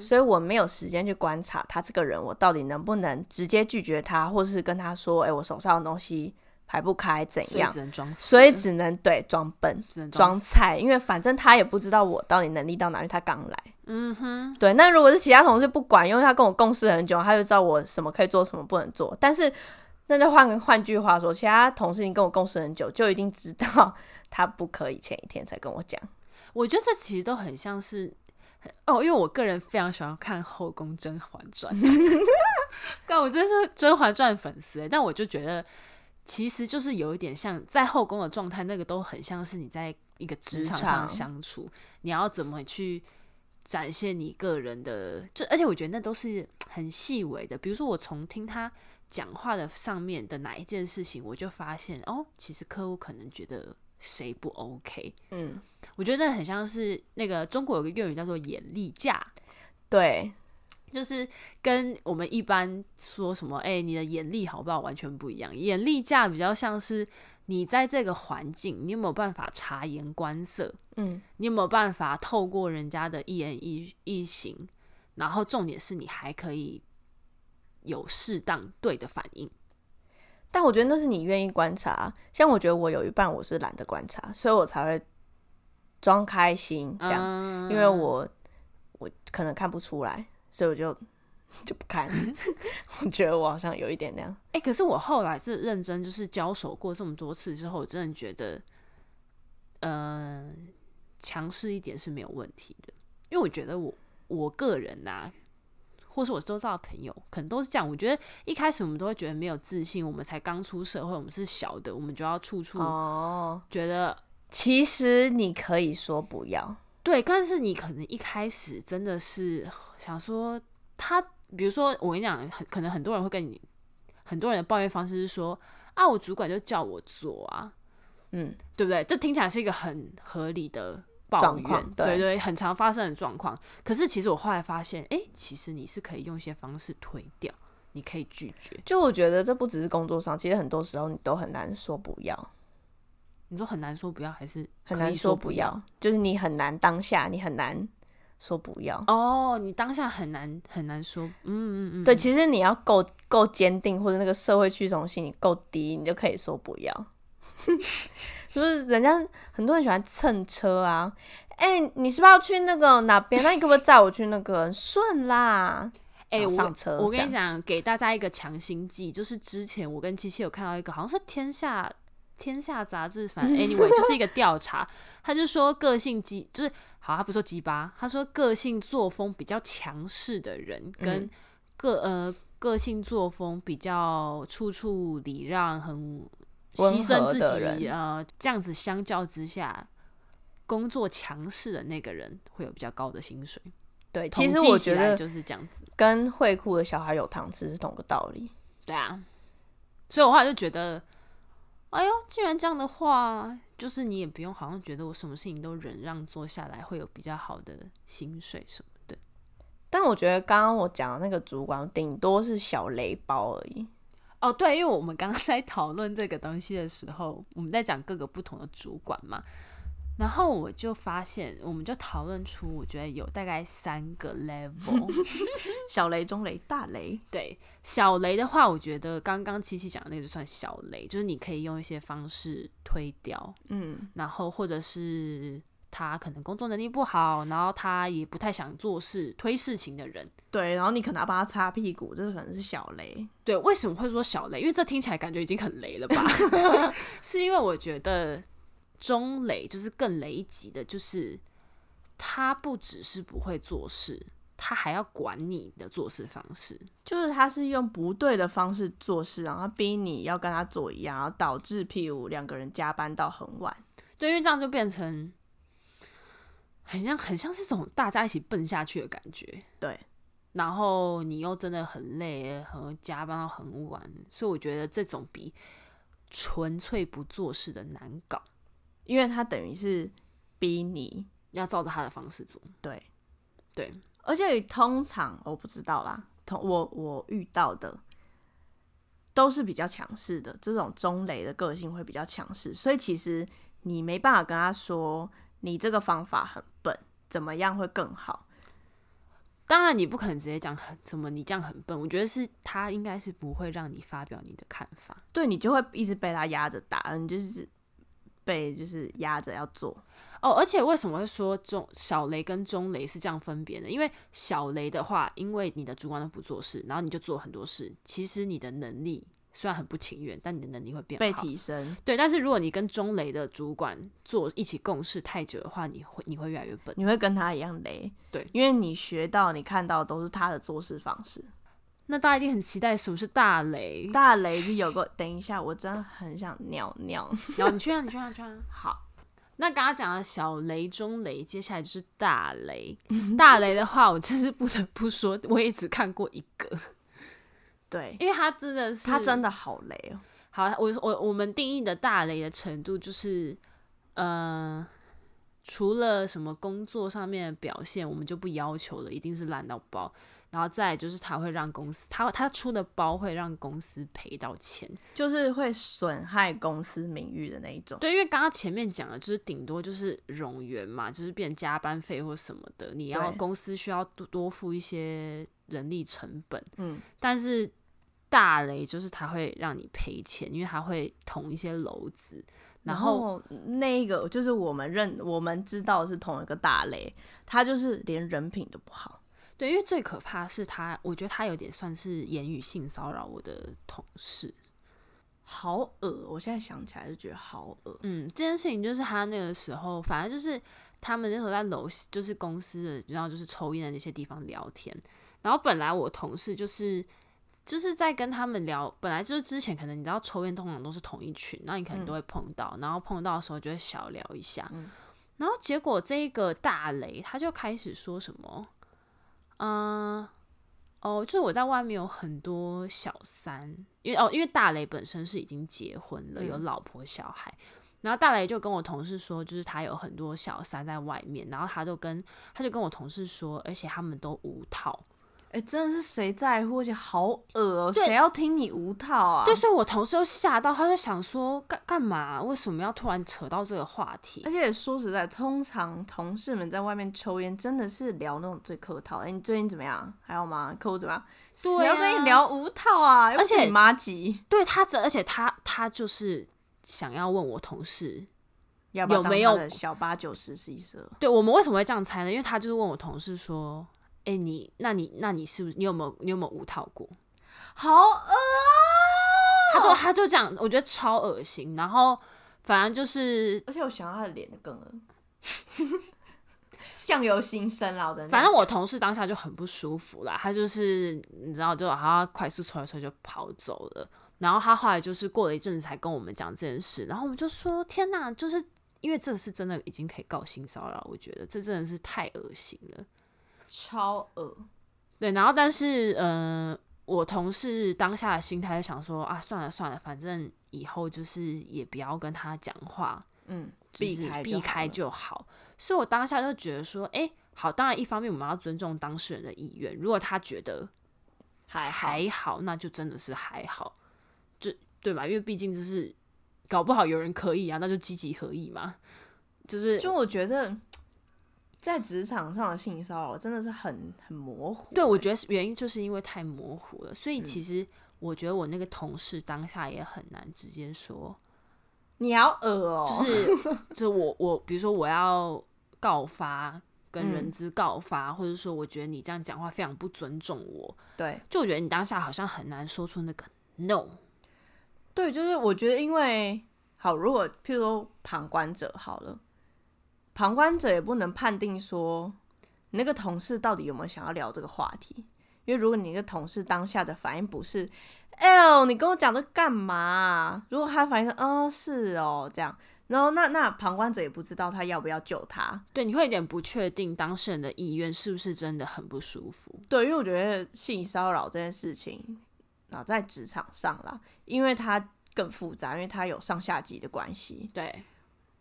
Speaker 2: 所以我没有时间去观察他这个人，我到底能不能直接拒绝他，或是跟他说，哎、我手上的东西排不开，怎
Speaker 1: 所以
Speaker 2: 样
Speaker 1: 只？能装死了，
Speaker 2: 所以只能对装笨、
Speaker 1: 只能装
Speaker 2: 装
Speaker 1: 死。
Speaker 2: 菜，因为反正他也不知道我到底能力到哪里，他刚来。
Speaker 1: 嗯哼，
Speaker 2: 对，那如果是其他同事不管，因为他跟我共事很久，他就知道我什么可以做，什么不能做。但是，那就换个换句话说，其他同事已经跟我共事很久，就一定知道 他不可以前一天才跟我讲。
Speaker 1: 我觉得这其实都很像是。哦，因为我个人非常喜欢看《后宫甄嬛传》， 但我真是《甄嬛传》粉丝欸，但我就觉得其实就是有一点像在后宫的状态，那个都很像是你在一个职
Speaker 2: 职
Speaker 1: 场上
Speaker 2: 场
Speaker 1: 相处，你要怎么去展现你个人的，就而且我觉得那都是很细微的。比如说，我从听他讲话的上面的哪一件事情，我就发现哦，其实客户可能觉得谁不 OK。
Speaker 2: 嗯，
Speaker 1: 我觉得很像是那个中国有个谚语叫做“眼力架”，
Speaker 2: 对，
Speaker 1: 就是跟我们一般说什么“哎、你的眼力好不好”完全不一样。眼力架比较像是你在这个环境，你有没有办法察言观色？
Speaker 2: 嗯，
Speaker 1: 你有没有办法透过人家的一言一一行，然后重点是你还可以有适当对的反应？
Speaker 2: 但我觉得那是你愿意观察。像我觉得我有一半我是懒得观察，所以我才会装开心这样，
Speaker 1: 嗯
Speaker 2: 因为我我可能看不出来，所以我就就不看。 我觉得我好像有一点那样，
Speaker 1: 哎、可是我后来是认真，就是交手过这么多次之后，我真的觉得，嗯、强势一点是没有问题的，因为我觉得我我个人呐、或是我周遭的朋友，可能都是这样。我觉得一开始我们都会觉得没有自信，我们才刚出社会，我们是小的，我们就要处处
Speaker 2: 哦。
Speaker 1: 觉得
Speaker 2: 其实你可以说不要，
Speaker 1: 对，但是你可能一开始真的是想说他，比如说我跟你讲，很可能很多人会跟你，很多人的抱怨方式是说啊，我主管就叫我做啊，
Speaker 2: 嗯，
Speaker 1: 对不对？这听起来是一个很合理的抱
Speaker 2: 状
Speaker 1: 怨，
Speaker 2: 况
Speaker 1: 对
Speaker 2: 对
Speaker 1: 很常发生的状况。可是其实我后来发现，诶，其实你是可以用一些方式推掉，你可以拒绝。
Speaker 2: 就我觉得这不只是工作上，其实很多时候你都很难说不要，
Speaker 1: 你说很难说不要，还是
Speaker 2: 很
Speaker 1: 可
Speaker 2: 难
Speaker 1: 以
Speaker 2: 说
Speaker 1: 说
Speaker 2: 不
Speaker 1: 不
Speaker 2: 要，就是你很难当下，你很难说不要。
Speaker 1: 哦，你当下很难很难说，嗯嗯嗯，
Speaker 2: 对，其实你要够够坚定，或者那个社会趋同性你够低，你就可以说不要。 就是人家很多人喜欢蹭车啊，哎、你是不是要去那个哪边？那你可不可以载我去那个？很顺啦，
Speaker 1: 哎、
Speaker 2: 然后
Speaker 1: 我
Speaker 2: 上车
Speaker 1: 我跟
Speaker 2: 呃这
Speaker 1: 你讲，给大家一个强心剂，就是之前我跟七七有看到一个，好像是天下。天下杂志，反 正 anyway 就是一个调查，他就说个性鸡就是好，他不是说鸡巴，他说个性作风比较强势的人
Speaker 2: 嗯
Speaker 1: 跟个、呃个性作风比较处处礼让、很
Speaker 2: 温
Speaker 1: 牺牲
Speaker 2: 和
Speaker 1: 自
Speaker 2: 的
Speaker 1: 己
Speaker 2: 人
Speaker 1: 呃这样子相较之下，工作强势的那个人会有比较高的薪水。
Speaker 2: 对，其实
Speaker 1: 统计
Speaker 2: 我
Speaker 1: 起
Speaker 2: 觉
Speaker 1: 来
Speaker 2: 得
Speaker 1: 就是这样子。
Speaker 2: 跟会哭的小孩有糖吃是同个道理。
Speaker 1: 对啊，所以我后来就觉得，哎呦，既然这样的话，就是你也不用好像觉得我什么事情都忍让做下来会有比较好的薪水什么的。
Speaker 2: 但我觉得刚刚我讲的那个主管，顶多是小雷包而已。
Speaker 1: 哦，对，因为我们刚刚 在讨论这个东西的时候，我们在讲各个不同的主管嘛，然后我就发现，我们就讨论出，我觉得有大概三个 level。
Speaker 2: 小雷、中雷、大雷，
Speaker 1: 对小雷的话，我觉得刚刚七七讲的那个就算小雷，就是你可以用一些方式推掉，
Speaker 2: 嗯，
Speaker 1: 然后或者是他可能工作能力不好，然后他也不太想做事、推事情的人。
Speaker 2: 对。然后你可能要帮他擦屁股，这可能是小雷。
Speaker 1: 对，为什么会说小雷？因为这听起来感觉已经很雷了吧？ 是因为我觉得中雷就是更雷一级的，就是他不只是不会做事，他还要管你的做事方式。
Speaker 2: 就是他是用不对的方式做事，然后逼你要跟他做一样，然后导致 P 五两个人加班到很晚。
Speaker 1: 对，因为这样就变成很像很像是这种大家一起笨下去的感觉。
Speaker 2: 对，
Speaker 1: 然后你又真的很累，很加班到很晚，所以我觉得这种比纯粹不做事的难搞，
Speaker 2: 因为他等于是逼你，
Speaker 1: 要照着他的方式做。
Speaker 2: 对
Speaker 1: 对，
Speaker 2: 而且通常我不知道啦，通我我遇到的都是比较强势的，这种中雷的个性会比较强势，所以其实你没办法跟他说你这个方法很笨，怎么样会更好。
Speaker 1: 当然你不可能直接讲很怎么你这样很笨，我觉得是他应该是不会让你发表你的看法。
Speaker 2: 对你就会一直被他压着打，你就是被就是压着要做。
Speaker 1: 哦，而且为什么会说中小雷跟中雷是这样分别呢？因为小雷的话，因为你的主管都不做事，然后你就做很多事，其实你的能力虽然很不情愿，但你的能力会变
Speaker 2: 被
Speaker 1: 好。
Speaker 2: 提升，
Speaker 1: 对，但是如果你跟中雷的主管做一起共事太久的话，你会你会越来越笨。
Speaker 2: 你会跟他一样雷，
Speaker 1: 对
Speaker 2: 因为你学到、你看到的都是他的做事方式。
Speaker 1: 那大家一定很期待什么是大雷。
Speaker 2: 大雷就有个，等一下，我真的很想尿尿。
Speaker 1: 然后你去啊，你去啊，你去啊。
Speaker 2: 好，
Speaker 1: 那刚刚讲了小雷、中雷，接下来就是大雷。大雷的话，我真是不得不说，我也只看过一个，
Speaker 2: 对，
Speaker 1: 因为他真的是
Speaker 2: 他真的好雷哦。
Speaker 1: 好，我我我们定义的大雷的程度就是，呃，除了什么工作上面的表现，我们就不要求了，一定是烂到爆。然后再来就是他会让公司，他他出的包会让公司赔到钱。
Speaker 2: 就是会损害公司名誉的那一种。
Speaker 1: 对，因为刚刚前面讲的就是顶多就是冗员嘛，就是变加班费或什么的，你要
Speaker 2: 对
Speaker 1: 公司需要多多付一些人力成本。
Speaker 2: 嗯，
Speaker 1: 但是大雷就是他会让你赔钱，因为他会捅一些篓子，然
Speaker 2: 然
Speaker 1: 后
Speaker 2: 后那一个就是我们认我们知道是同一个大类，他就是连人品都不好。
Speaker 1: 对，因为最可怕是他，我觉得他有点算是言语性骚扰我的同事。
Speaker 2: 好恶！哦我现在想起来就觉得好恶。
Speaker 1: 嗯，这件事情就是他那个时候，反正就是他们那时候在楼，就是公司的，然后就是抽烟的那些地方聊天。然后本来我同事就是就是在跟他们聊，本来就是之前可能你知道抽烟通常都是同一群，那你可能都会碰到，然后碰到的时候就会小聊一下。然后结果这一个大雷他就开始说什么，嗯、哦，就是我在外面有很多小三，因为哦，因为大雷本身是已经结婚了，有老婆小孩。然后大雷就跟我同事说，就是他有很多小三在外面，然后他就跟他就跟我同事说，而且他们都无套，
Speaker 2: 哎、真的是谁在乎？而且好恶哦、
Speaker 1: 对
Speaker 2: 谁要听你无套啊？
Speaker 1: 对，所以我同事就吓到，他就想说干干嘛？为什么要突然扯到这个话题
Speaker 2: 而？且说实在，通常同事们在外面抽烟，真的是聊那种最客套。哎、你最近怎么样？还好吗？客户怎么样？谁
Speaker 1: 对啊
Speaker 2: 要跟你聊无套啊？又不是
Speaker 1: 而且
Speaker 2: 你妈急，
Speaker 1: 对他这，而且他他就是想要问我同事，
Speaker 2: 要不要
Speaker 1: 有
Speaker 2: 当
Speaker 1: 没
Speaker 2: 他
Speaker 1: 有
Speaker 2: 的小八九十十一十二？
Speaker 1: 对我们为什么会这样猜呢？因为他就是问我同事说，哎、你那你那你是不是你有没有你有没有无套过？
Speaker 2: 好恶
Speaker 1: 啊他就他就这样，我觉得超恶心。然后反正就是
Speaker 2: 而且我想到他的脸更 恶，相由心生啦，我真的。
Speaker 1: 反正我同事当下就很不舒服啦，他就是你知道，就好像快速抽一抽就跑走了。然后他后来就是过了一阵子才跟我们讲这件事，然后我们就说：天哪，就是因为这是真的已经可以告性骚扰，我觉得这真的是太恶心了。
Speaker 2: 超恶，嗯
Speaker 1: 对，然后但是呃，我同事当下的心态是想说啊，算了算了，反正以后就是也不要跟他讲话，
Speaker 2: 嗯，
Speaker 1: 就是
Speaker 2: 避开
Speaker 1: 避开
Speaker 2: 就
Speaker 1: 就好。所以我当下就觉得说，哎、好，当然一方面我们要尊重当事人的意愿，如果他觉得
Speaker 2: 好了还好
Speaker 1: 还好，那就真的是还好，就对吧？因为毕竟就是搞不好有人可以啊，那就积极合意嘛。就是
Speaker 2: 就我觉得在职场上的性骚扰真的是很很模糊。
Speaker 1: 对，我觉得是原因就是因为太模糊了，
Speaker 2: 嗯
Speaker 1: 所以其实我觉得我那个同事当下也很难直接说，
Speaker 2: 你好恶哦、
Speaker 1: 就是就我我比如说我要告发跟人
Speaker 2: 嗯
Speaker 1: 资告发，或者说我觉得你这样讲话非常不尊重我，
Speaker 2: 对
Speaker 1: 就我觉得你当下好像很难说出那个 no，
Speaker 2: 对，就是我觉得因为好，如果譬如说旁观者好了，旁观者也不能判定说你那个同事到底有没有想要聊这个话题，因为如果你那个同事当下的反应不是“哎呦，你跟我讲这干嘛啊、如果他反应是“嗯，是哦”这样，然后那那旁观者也不知道他要不要救他，
Speaker 1: 对，你会有点不确定当事人的意愿是不是真的很不舒服。
Speaker 2: 对，因为我觉得性骚扰这件事情啊，在职场上啦，因为它更复杂，因为它有上下级的关系，
Speaker 1: 对，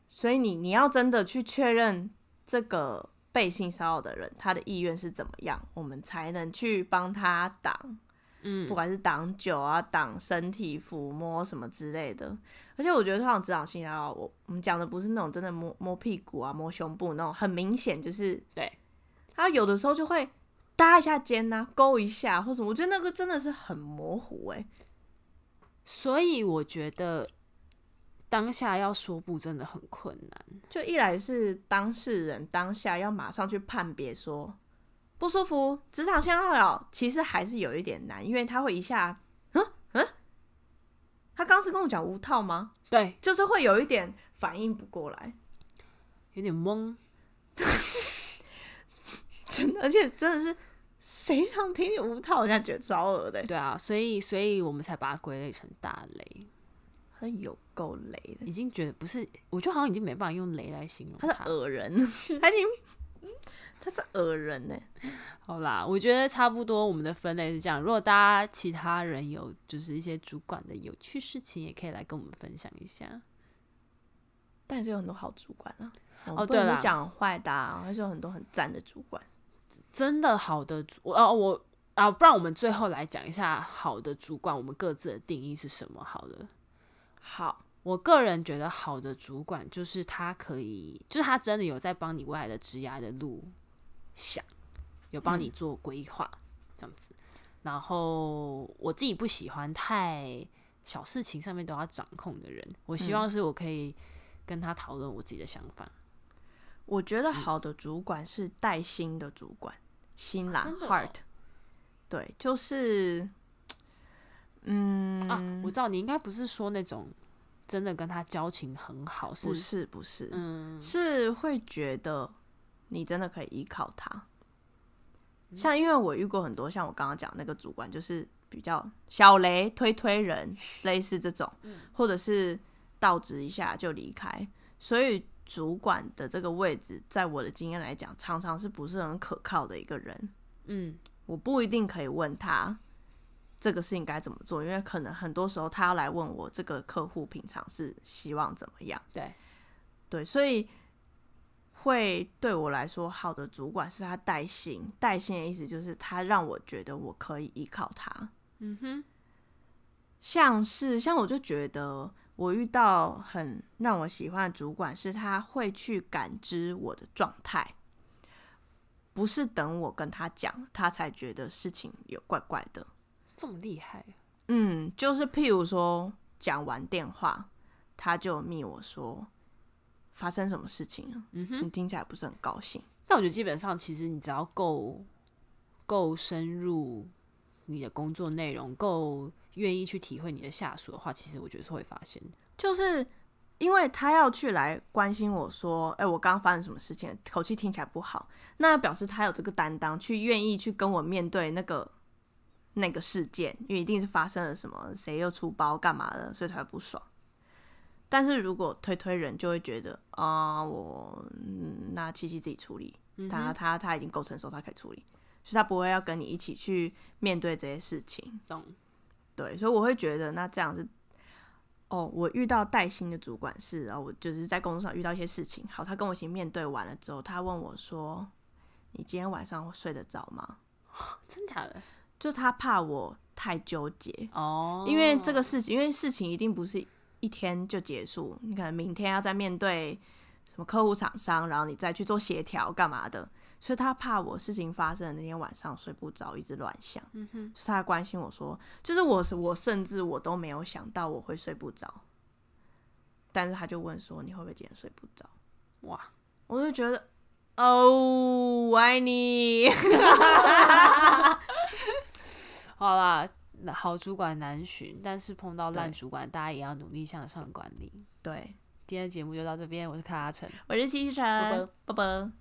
Speaker 2: 所以你你要真的去确认这个被性骚扰的人他的意愿是怎么样，我们才能去帮他挡，
Speaker 1: 嗯
Speaker 2: 不，管是挡酒啊、挡身体抚摸什么之类的。而且我觉得通常职场性骚扰，我我们讲的不是那种真的摸摸屁股啊、摸胸部那种，很明显就是
Speaker 1: 对，
Speaker 2: 他有的时候就会搭一下肩呐、勾一下或什么，我觉得那个真的是很模糊哎、
Speaker 1: 所以我觉得当下要说不真的很困难。
Speaker 2: 就一来是当事人当下要马上去判别说不舒服，职场性骚扰其实还是有一点难，因为他会一下，嗯嗯，他刚是跟我讲无套吗？
Speaker 1: 对，
Speaker 2: 就是会有一点反应不过来，
Speaker 1: 有点懵。
Speaker 2: 真的，而且真的是谁让听你无套，我现在觉得超恶的欸。
Speaker 1: 对啊，所以所以我们才把它归类成大类。
Speaker 2: 他有够雷的，
Speaker 1: 已经觉得不是，我觉得好像已经没办法用雷来形容
Speaker 2: 他
Speaker 1: 他
Speaker 2: 是恶人，他已经他是恶人呢。
Speaker 1: 好啦，我觉得差不多，我们的分类是这样。如果大家其他人有就是一些主管的有趣事情，也可以来跟我们分享一下。
Speaker 2: 但是有很多好主管啊，
Speaker 1: 哦
Speaker 2: 我不
Speaker 1: 对
Speaker 2: 能不
Speaker 1: 啦
Speaker 2: 讲坏的、啊，还是有很多很赞的主管。
Speaker 1: 真的好的主，哦，我啊，不然我们最后来讲一下好的主管，我们各自的定义是什么？好的，
Speaker 2: 好，
Speaker 1: 我个人觉得好的主管就是他可以，就是他真的有在帮你未来的职涯的路想，有帮
Speaker 2: 嗯
Speaker 1: 你做规划、这样子。然后我自己不喜欢太小事情上面都要掌控的人，我希
Speaker 2: 嗯
Speaker 1: 望是我可以跟他讨论我自己的想法。
Speaker 2: 我觉
Speaker 1: 嗯
Speaker 2: 得好的主管是带薪的主管，心啦、
Speaker 1: 啊真的哦
Speaker 2: heart，对，就是，嗯，
Speaker 1: 啊，我知道你应该不是说那种真的跟他交情很好，是
Speaker 2: 不是不是，
Speaker 1: 嗯
Speaker 2: 是会觉得你真的可以依靠他。
Speaker 1: 嗯
Speaker 2: 像因为我遇过很多像我刚刚讲那个主管，就是比较小雷推 推人，类似这种，
Speaker 1: 嗯
Speaker 2: 或者是到职一下就离开，所以主管的这个位置，在我的经验来讲，常常是不是很可靠的一个人。
Speaker 1: 嗯
Speaker 2: 我不一定可以问他这个事情该怎么做，因为可能很多时候他要来问我这个客户平常是希望怎么样。
Speaker 1: 对
Speaker 2: 对，所以会对我来说，好的主管是他带薪，带薪的意思就是他让我觉得我可以依靠他。
Speaker 1: 嗯哼
Speaker 2: 像是像我就觉得我遇到很让我喜欢的主管，是他会去感知我的状态，不是等我跟他讲，他才觉得事情有怪怪的。
Speaker 1: 这么厉害，
Speaker 2: 嗯，就是譬如说讲完电话，他就密我说发生什么事情了，
Speaker 1: 嗯哼。
Speaker 2: 你听起来不是很高兴。
Speaker 1: 但我觉得基本上，其实你只要够够深入你的工作内容，够愿意去体会你的下属的话，其实我觉得是会发现。
Speaker 2: 就是因为他要去来关心我说，哎、我刚刚发生什么事情，口气听起来不好，那表示他有这个担当，去愿意去跟我面对那个那个事件，因为一定是发生了什么，谁又出包干嘛的，所以才会不爽。但是如果推推人，就会觉得啊、我嗯那七七自己处理，他他他已经够成熟，他可以处理，所以他不会要跟你一起去面对这些事情。
Speaker 1: 懂？
Speaker 2: 对，所以我会觉得那这样是，哦，我遇到带薪的主管是，然后我就是在工作上遇到一些事情，好，他跟我一起面对完了之后，他问我说：“你今天晚上睡得着吗
Speaker 1: 真假的？？”
Speaker 2: 就他怕我太纠结，
Speaker 1: 哦，
Speaker 2: 因为这个事情，因为事情一定不是一天就结束，你可能明天要再面对什么客户、厂商，然后你再去做协调干嘛的，所以他怕我事情发生的那天晚上睡不着，一直乱想。嗯哼，所以他关心我说，就是我是我甚至我都没有想到我会睡不着，但是他就问说你会不会今天睡不着？
Speaker 1: 哇，
Speaker 2: 我就觉得哦，我爱你。
Speaker 1: 好啦，那好主管难寻，但是碰到烂
Speaker 2: 对
Speaker 1: 主管，大家也要努力向上管理。
Speaker 2: 对，
Speaker 1: 今天的节目就到这边，我是卡拉城，
Speaker 2: 我是七七
Speaker 1: 啵
Speaker 2: 晨，拜拜。